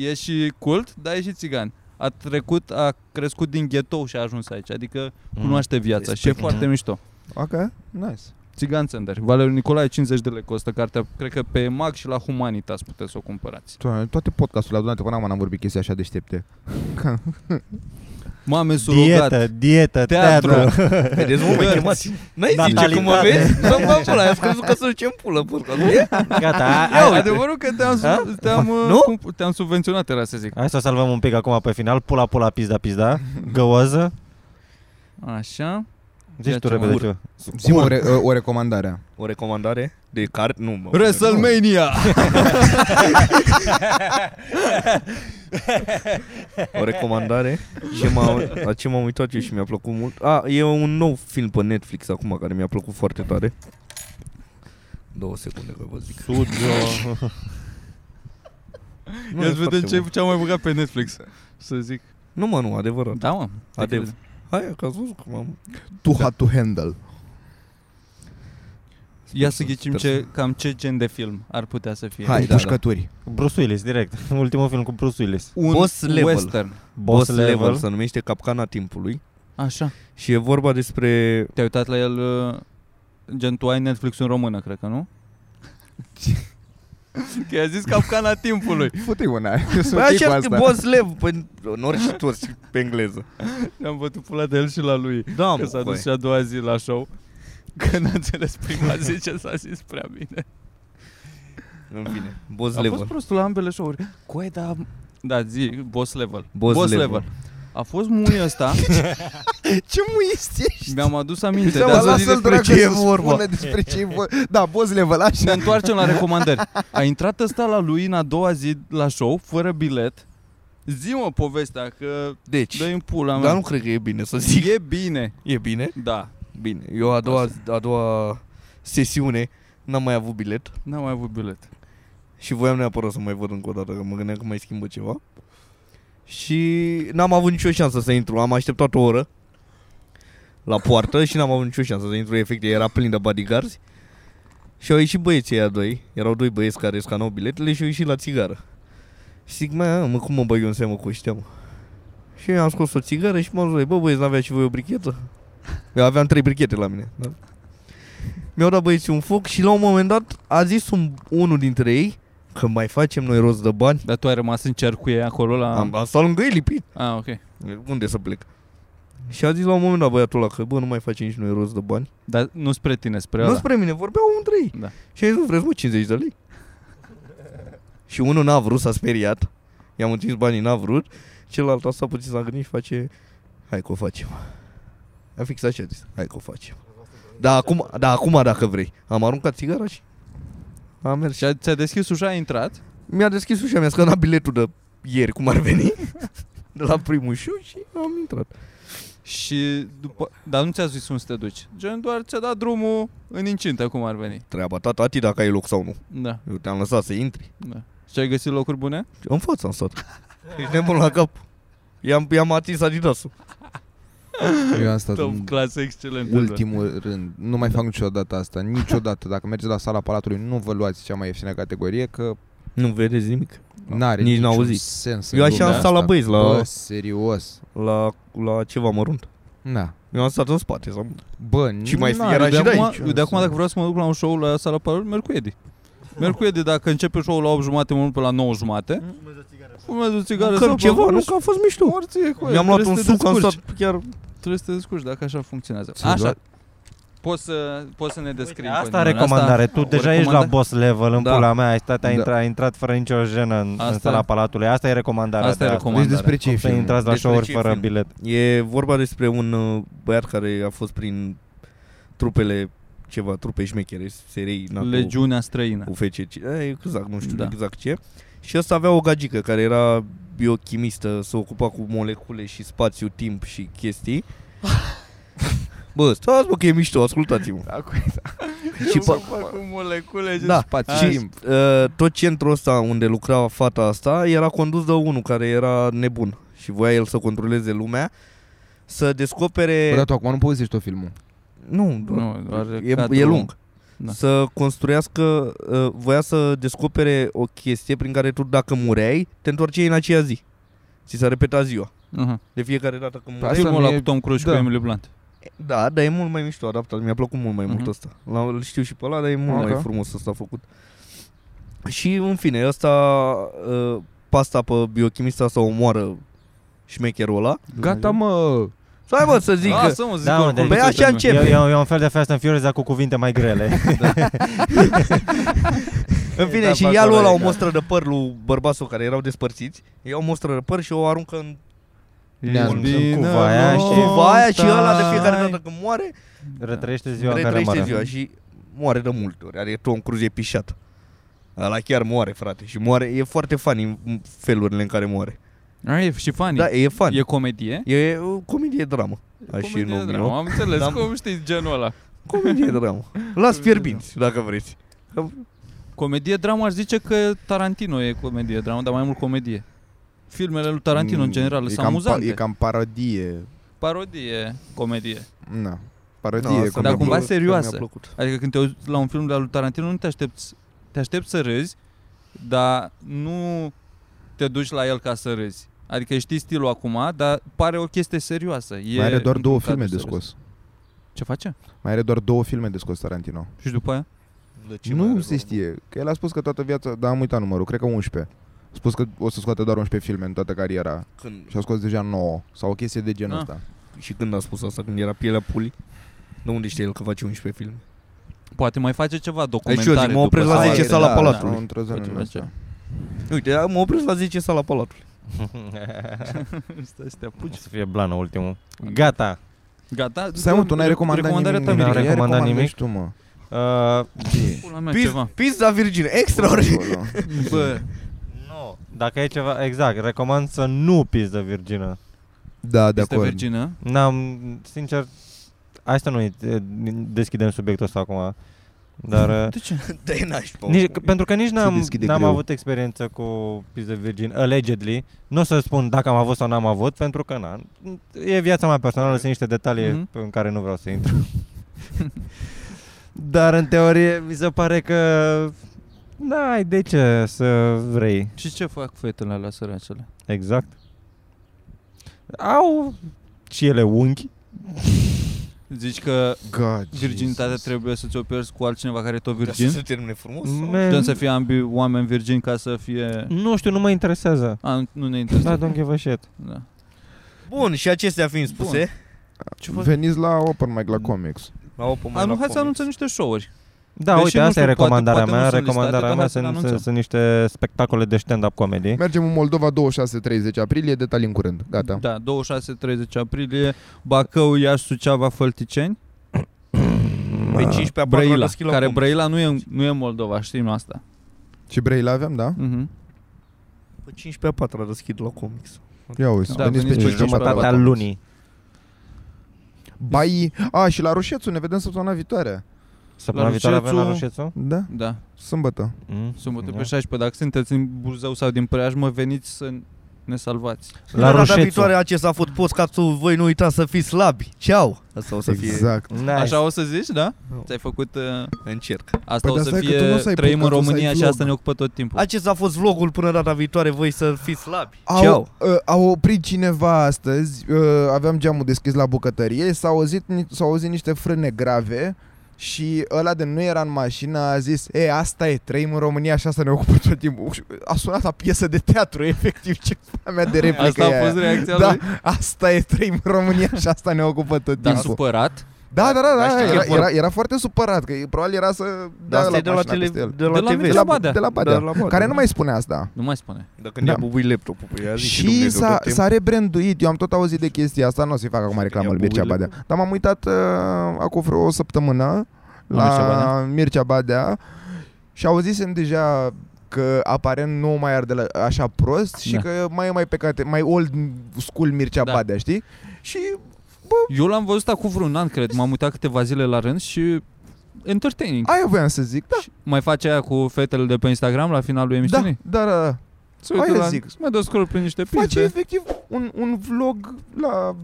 A: E și cult, dar e și țigan. A trecut, a crescut din ghetou și a ajuns aici. Adică
D: Mhm. Mm.
A: cunoaște viața și e
C: Respect.
A: foarte mișto.
B: Ok, nice.
A: Țigan Sender. Valeriu Nicolae, 50 de lei costă cartea. Cred că pe Mac și la Humanitas puteți să o cumpărați.
B: Doamne, Toate podcasturile adunate până acum n-am vorbit chestii așa deștepte.
A: Mame surogat.
D: Dietă, dietă,
A: Teatru. [LAUGHS]
D: teatru.
C: Vedeți, mă, mă chemați. N-ai zice
D: Natalitate.
C: că mă [LAUGHS] vezi? Să-mi fac pula, ați crezut că să ducem pulă, purcă.
D: Gata, a-
A: Ia,
D: a-
A: adevărul că te-am,
D: A?
A: su- te-am, uh,
D: Nu?
A: cum- te-am subvenționat, era să zic.
D: Hai să o salvăm un pic acum pe final. Pula, pula, pizda, pizda. Găoază.
A: Așa.
D: Zici tu
A: ce
D: repede
C: mă
D: ce.
B: Zi o, re- o recomandare.
C: O recomandare de carte? Nu, mă.
A: WrestleMania!
C: O recomandare. Ce m-a, la ce m-am uitat eu și mi-a plăcut mult. A, e un nou film pe Netflix acum care mi-a plăcut foarte tare. Două secunde că vă zic.
D: Studio.
C: Nu,
A: [LAUGHS]
C: e
A: Ia să vedem
C: foarte
A: ce,
C: bun.
A: ce am mai băgat pe Netflix. Să zic.
C: Nu mă, nu, adevărat.
A: Da, mă. te
C: Adev.
A: cred.
C: Hai, că ați văzut cum am...
B: Tu
A: Da.
B: had to handle.
A: Ia să ghicim ce, cam ce gen de film ar putea să fie.
B: Hai, da, pușcături.
D: Bruce Willis, direct. [LAUGHS] Ultimul film cu Bruce Willis.
A: Un
C: Boss Level.
A: western.
C: Boss Level se numește Capcana Timpului.
A: Așa.
C: Și e vorba despre
A: Te-ai uitat la el, uh, gen tu ai Netflix în română, cred că,
C: [LAUGHS]
A: nu? că i-a zis capcana timpului.
B: Fute-i [LAUGHS] una. Sunt
C: Păi
B: ok cu
C: așa
B: asta.
C: e Boss Level Păi, pe, în orice toți pe engleză.
A: Am bătut pula de el și la lui.
C: Da,
A: Că s-a dus și a doua zi la show. [LAUGHS] Că n-a înțeles prima zi ce s-a zis prea bine.
C: În fine, Boss
A: A fost
C: Level.
A: prostul la ambele show-uri. Coe, da... Da, zi, boss level.
C: Boss level.
A: A fost muiul
C: [LAUGHS]
A: ăsta,
B: Ce muisti ești?
A: mi-am adus
C: Deci
A: aminte. de
B: Da,
A: asta
B: lasă-l
A: zic despre
B: dracu
A: ce e
B: să
A: vorba.
B: spună despre ce e vorba. Da, boss level, așa.
A: Ne întoarcem la recomandări. A intrat ăsta la lui în a doua zi la show, fără bilet. Zi mă povestea că
C: Deci,
A: dă-i în pula mea.
C: dar nu cred că e bine să zic.
A: E bine.
C: E bine?
A: Da.
C: Bine. Eu a doua, a doua sesiune n-am mai avut bilet
A: N-am mai avut bilet.
C: și voiam neapărat să mai văd încă o dată, că mă gândeam că mai schimbă ceva. Și n-am avut nicio șansă să intru, am așteptat o oră la poartă și n-am avut nicio șansă să intru, efectiv era plin de bodyguards. Și au ieșit băieții aia doi, erau doi băieți care scanau biletele și au ieșit la țigară. Și zic, mă, mă, cum mă băg eu în seamă cu ăștia, mă? Și am scos o țigară și m-am zis, bă, băieți, n-avea și voi o brichetă? Eu aveam trei brichete la mine. Da? Mi-au dat băieții un foc și la un moment dat a zis un, unul dintre ei că mai facem noi rost de bani.
A: Dar tu ai rămas în cer cu ei acolo la...
C: Am, am stat lângă ei lipit.
A: Ah, ok.
C: Unde să plec? Și a zis la un moment dat băiatul ăla că bă, nu mai facem nici noi rost de bani.
A: Dar nu spre tine, spre
C: Nu
A: ăla.
C: spre mine, vorbeau între ei.
A: Da.
C: Și a zis, nu vreți mă 50 de lei? [LAUGHS] și unul n-a vrut, s-a speriat. I-am întins banii, n-a vrut. Celălalt a stat puțin s-a gândit și face, hai că o facem. A fix așa zis, hai că o facem. Da, acum, da, acum dacă vrei. Am aruncat țigara și am mers.
A: Și a- ți-a deschis ușa, a intrat.
C: Mi-a deschis ușa, mi-a scanat biletul de ieri, cum ar veni, [LAUGHS] de la primul show și am intrat.
A: Și după... Dar nu ți-a zis unde să te duci. Gen doar ți-a dat drumul în incintă, cum ar veni.
C: Treaba ta, tati, dacă ai loc sau nu.
A: Da,
C: Eu te-am lăsat să intri.
A: da. Și ai găsit locuri bune?
C: În față am stat. Ești nebun la cap. I-am, i-am atins adidasul.
B: Eu am stat
C: Mm.
A: Top
B: în
A: clasă excelentă.
B: ultimul rând. Nu mai fac niciodată asta. Niciodată. Dacă mergeți la sala palatului, nu vă luați cea mai ieftină categorie, că
C: Nu vedeți nimic.
B: n-are
C: Nici
B: niciun
C: n-auzi.
B: sens. în
C: Eu așa
B: lumea
C: am stat la
B: asta.
C: băieți, la-
B: Bă, serios.
C: La, la ceva mărunt.
B: Da.
C: Eu am stat în spate. Sau...
B: Bă,
C: Și mai
B: n-are
C: era
A: de
C: și de
A: acum,
C: aici.
A: eu de acum dacă vreau să mă duc la un show la sala parol, merg cu Edi. Merg cu Edi, dacă începe show-ul la 8 jumate, mă duc pe la 9 jumate. Fumez o țigară.
C: Mâncăm
A: sau
C: ceva,
A: băgăm
C: nu
A: și
C: că a fost mișto.
A: morție, cu el.
C: Mi-am luat un
A: Trebuie să te
C: suc, am
A: descurci.
C: stat chiar...
A: Trebuie să te descurci dacă așa funcționează.
B: Ți-ai
A: Așa.
B: luat?
A: Poți să, poți să ne descrii. în
D: Asta
A: continuare.
D: recomandare. Tu
A: o
D: deja ești la
A: recomandare?
D: boss level în
C: Da.
D: pula mea. Ai stat, ai
B: Da.
D: intrat, ai intrat fără nicio jenă în, în
A: Asta-
D: sala palatului. Asta e recomandarea.
A: Asta e
D: ta.
A: recomandare.
B: Deci despre ce e
D: Cum să
B: filmul?
D: intrați la
C: Despre
D: show-uri
C: ce
D: fără
C: film?
D: bilet.
C: E vorba despre un uh, băiat care a fost prin trupele ceva, trupe șmechere, serii NATO,
A: Legiunea străină.
C: UFCC, eh, exact, nu știu
A: Da.
C: da. exact ce. Și ăsta avea o gagică care era biochimistă, se ocupa cu molecule și spațiu, timp și chestii. Bă, stați bă că e mișto, ascultați-mă.
A: Da,
C: [LAUGHS] Și pe-
E: cu molecule
C: Da,
B: Ah,
E: spațiu.
C: și uh, tot centrul ăsta unde lucra fata asta era condus de unul care era nebun și voia el să controleze lumea, să descopere...
B: Bă, dar tu acum nu poți zici tot filmul.
C: Nu, doar,
A: Nu, doar
C: e, e
A: cadrul.
C: lung.
A: Da.
C: Da. Să construiască, uh, voia să descopere o chestie prin care tu dacă mureai, te întorceai în aceea zi. Ți s-a repetat ziua.
A: Aha.
C: De fiecare dată când
B: Păi
C: mureai.
B: asta
A: Filmul
B: nu
A: ăla
B: e-
A: cu Tom Cruise și
B: da.
A: cu Emily Blunt.
C: Da, dar e mult mai mișto adaptat. Mi-a plăcut mult mai mult
A: Mhm.
C: ăsta. La, îl știu și pe ăla, dar e mult
B: Ok.
C: mai frumos ăsta făcut. Și în fine, ăsta uh, pasta pe biochimista să omoară șmecherul ăla.
B: Gata, mă!
C: Stai mă să zic că...
A: mă,
D: Da, mă,
A: oricum.
D: deci-
A: Păi
C: așa
D: E,
C: începe.
D: e, e un fel de Fast and Furious, dar cu cuvinte mai grele. Da.
C: În fine,
B: Da,
C: și
B: fac
C: ia lui
B: ăla
C: ăla
B: e
C: o
B: ca-
C: mostră de păr lui bărbatul care erau despărțiți. Ia o mostră de păr și o aruncă în
B: Ne-am
D: Bine,
A: Bine,
D: cuva aia
A: nu
D: și-
C: cuva aia și ăla de
A: stai.
C: fiecare dată când moare,
D: Rătrăiește ziua
C: ziua
D: în care
C: retrăiește
D: moare.
C: ziua și moare de multe ori. Adică Tom Cruise e pișat. Ăla chiar moare, frate. Și moare, e foarte funny în felurile în care moare.
A: A, E și funny.
C: Da, e fun.
A: E comedie?
C: E, e o comedie dramă. Aș și
A: Comedie de
C: numi,
A: dramă,
C: nu?
A: Am înțeles,
C: Da.
A: cum știi genul ăla.
C: Comedie dramă. Las fierbinți, dacă vreți.
A: Comedie dramă aș zice că Tarantino e comedie dramă, dar mai mult comedie. Filmele lui Tarantino
C: Mm,
A: în general
B: E
A: sunt
B: cam pa-
A: amuzante.
B: E cam parodie.
A: Parodie, comedie.
B: Na.
C: Nu,
B: Parodie.
C: asta
B: cum
A: Dar
B: e.
A: cumva
C: plăcut,
A: serioasă.
C: mi-a plăcut.
A: Adică când te uiți la un film de al lui Tarantino nu te aștepți, te aștepți să râzi, dar nu te duci la el ca să râzi. Adică știi stilul acum, dar pare o chestie serioasă. E
B: Mai are doar
A: într-un
B: două
A: cadru
B: filme de
A: serios.
B: scos.
A: Ce face?
B: Mai are doar două filme de scos Tarantino.
A: Și după aia?
C: De ce mai
B: Nu
C: are
B: se
C: rost?
B: știe. Că el a spus că toată viața, dar am uitat numărul, cred că 11. A spus că o să scoată doar 11 filme în toată cariera
C: Când,
B: și a scos deja 9 sau o chestie de genul
A: Ah.
B: ăsta.
C: și când a spus asta, când era pielea pulii, de unde știe el că face 11 filme?
A: Poate mai face ceva documentare.
C: Deci eu zic, mă opresc
A: după
C: la
A: sau-
B: Sau
C: 10
B: e-
C: sala
B: da,
C: Palatului.
B: da, Într-o zonă
A: Poate
B: în
A: face.
B: asta.
C: Uite, mă opresc la 10 sala palatului.
A: Stai să te
D: O
A: apuci.
D: Să fie blană ultimul. Gata.
A: Gata.
B: Stai mă, tu n-ai recomandat
A: Recomandarea
B: nimic.
A: ta,
D: N-am
A: Mirica.
B: Ia
D: recomandat
B: recomandă-mi
D: nimic.
B: și tu, mă.
D: Uh,
A: Pula mea,
C: Piz-
A: ceva.
C: Pizza Virgin, extraordinar.
B: Acolo.
A: Bă,
C: [LAUGHS]
D: nu. Dacă e ceva, exact, recomand să nu pizi de virgină.
B: [LAUGHS] Da, de
A: este
B: acord.
A: virgină.
D: N-am, sincer, asta nu e, e, deschidem subiectul ăsta
A: [LAUGHS]
D: acum.
B: Da.
D: Dar, uh,
A: De ce?
C: Te-ai nașpa.
D: nici, că- pentru că nici n-am,
B: deschide
D: n-am
B: greu.
D: avut experiență cu pis de virgin, allegedly. Nu o să spun dacă am avut sau n-am avut, pentru că na, e viața mea personală, sunt niște detalii
A: Mhm.
D: în care nu vreau să intru. [LAUGHS] Dar în teorie mi se pare că n-ai de ce să vrei.
A: Și ce fac fetele alea săracele?
D: Exact. Au și ele unghi.
A: Zici că
B: God,
A: virginitatea
B: Jesus.
A: trebuie să ți-o pierzi cu altcineva care e tot virgin?
C: Să se termine frumos? sau?
D: Me-
A: Putem să fie ambii oameni virgini ca să fie...
D: Nu știu, nu
A: [LAUGHS]
D: mă interesează.
A: A, nu- nu ne
D: Da,
A: interesează.
D: don't give a shit.
A: Da.
C: Bun, și acestea fiind spuse,
A: Ce faci?
B: Veniți la open mic la comics.
C: la Open Mic
A: A, nu,
C: la
A: hai să
C: Comics.
A: anunțăm niște show-uri.
D: Da,
A: Deși
D: uite,
A: Deci nu
D: asta e
A: știu, poate-
D: recomandarea
A: poate nu
D: mea.
A: sunt listate,
D: Recomandarea
A: dar
D: mea
A: hai să le
D: sunt,
A: anunțăm.
D: sunt, sunt niște spectacole de stand-up comedy. Deci
B: Mergem în Moldova 26-30 aprilie, detalii în curând. Gata.
A: Da, 26-30 aprilie, Bacău, Iași, Suceava, Fălticeni,
C: Pe 15 a
A: Brăila,
C: Brăila,
A: care Brăila nu e, nu e Moldova, știm asta.
B: Și Brăila avem, da?
A: Mhm.
C: Pe 15 a 4 deschid la comics.
B: Ia uite,
A: Da,
B: da, veniți pe
A: veniți pe
B: 5
D: Jumătatea
A: jumătatea
D: lunii.
B: Bai, a, și la Roșețu, ne vedem săptămâna viitoare.
D: Săptămâna
A: La
D: viitoare avem la
A: Rușețu.
D: Rușețu?
B: Da,
A: Da,
B: sâmbătă.
D: Mm.
A: sâmbătă
D: Da.
A: pe 16, dacă sunteți în Buzău sau din Preajmă, veniți să ne salvați.
D: La
C: Data
D: Rușețu.
C: viitoare acesta a fost podcastul, voi nu uitați să fiți slabi. Ceau! Asta o să fie.
B: Exact.
D: Nice.
A: Așa o să zici, da?
C: Nu.
A: Ți-ai făcut... Uh,
C: Încerc.
A: asta
B: Păi,
A: o
B: dar
A: să
B: stai că tu nu o să
A: fie...
B: ai
A: Trăim în
B: podcast, o să ai
A: România și
B: vlog.
A: asta ne ocupă tot timpul.
C: Acesta a fost vlogul până data viitoare, voi să fiți slabi.
B: Au,
C: Ceau!
B: uh, au oprit cineva astăzi, uh, aveam geamul deschis la bucătărie, s-au auzit, ni- s-au auzit niște frâne grave și ăla de nu era în mașină a zis E, asta e, trăim în România și asta ne ocupă tot timpul Și A sunat la piesă de teatru, [LAUGHS] efectiv, ce pula mea de
A: Asta
B: replică e
A: a
B: aia.
A: fost reacția
B: Da,
A: lui.
B: asta e, trăim în România și asta ne ocupă tot
A: Dar
B: timpul
A: supărat
B: Da, da, da,
C: Dar
B: da,
C: știi
B: era,
C: că vor-
B: era, era foarte supărat, că probabil era să dea
C: Dar Da,
B: Da,
C: asta
B: la
C: e de la,
B: mașina
C: tele,
B: peste el.
C: de la,
A: De la da,
C: TV.
A: Mircea
B: De la,
A: Badea.
B: de la Badea,
C: De la Badea,
B: care
C: da.
B: nu mai spune asta.
A: Nu mai spune.
C: Dar când
B: Da.
C: i-a bubuit laptopul, păi a zis și
B: Și
C: Dumnezeu,
B: s-a,
C: dă-te în
B: s-a rebranduit, eu am tot auzit de chestia asta, nu o să-i fac acum reclamă
C: Ia
B: lui Mircea
C: bubuile.
B: Badea. Dar m-am uitat uh, acum vreo o săptămână la
A: Mircea Badea?
B: Mircea Badea și auzisem deja că aparent nu mai arde la, așa prost și
A: Da.
B: că mai e mai pe cate, mai old school Mircea
A: Da.
B: Badea, știi? Și
A: Eu l-am văzut acum vreun an, cred. M-am uitat câteva zile la rând și entertaining.
B: aia voiam să zic, da,
A: Și mai face aia cu fetele de pe Instagram la finalul
B: da,
A: emisiunii?
B: da, da, da.
A: Se uită
B: aia
A: la...
B: zic.
A: Mă dă scroll prin niște
B: Face
A: pizde.
B: efectiv un, un vlog la...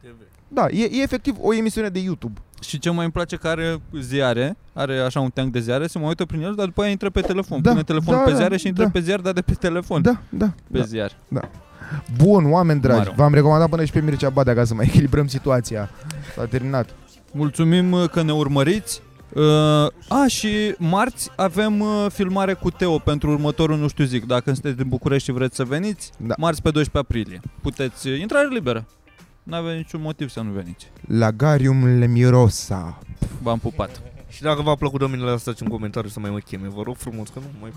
C: TV.
B: Da, e, e efectiv o emisiune de YouTube.
A: Și ce mai îmi place că are ziare, are așa un tank de ziare, se mai uită prin el, dar după aia intră pe telefon.
B: Da,
A: Pune telefonul
B: da,
A: pe
B: da,
A: ziare și intră
B: da.
A: pe ziar, dar de pe telefon.
B: Da, da.
A: Pe
B: da.
A: ziar.
B: Bun, oameni dragi,
A: Mă rog.
B: v-am recomandat până și pe Mircea Badea ca să mai echilibrăm situația. S-a terminat.
A: Mulțumim uh, că ne urmăriți. Uh, a, și marți avem uh, filmare cu Teo pentru următorul Nu știu zic. Dacă sunteți din București și vreți să veniți,
B: Da.
A: marți pe 12 aprilie. Puteți, uh, intrare liberă. N-aveți niciun motiv să nu veniți.
B: Lagarium Lemirosa.
A: V-am pupat.
C: Și dacă v-a plăcut dominele, lăsați un comentariu să mai mă cheme. Vă rog frumos că nu mai...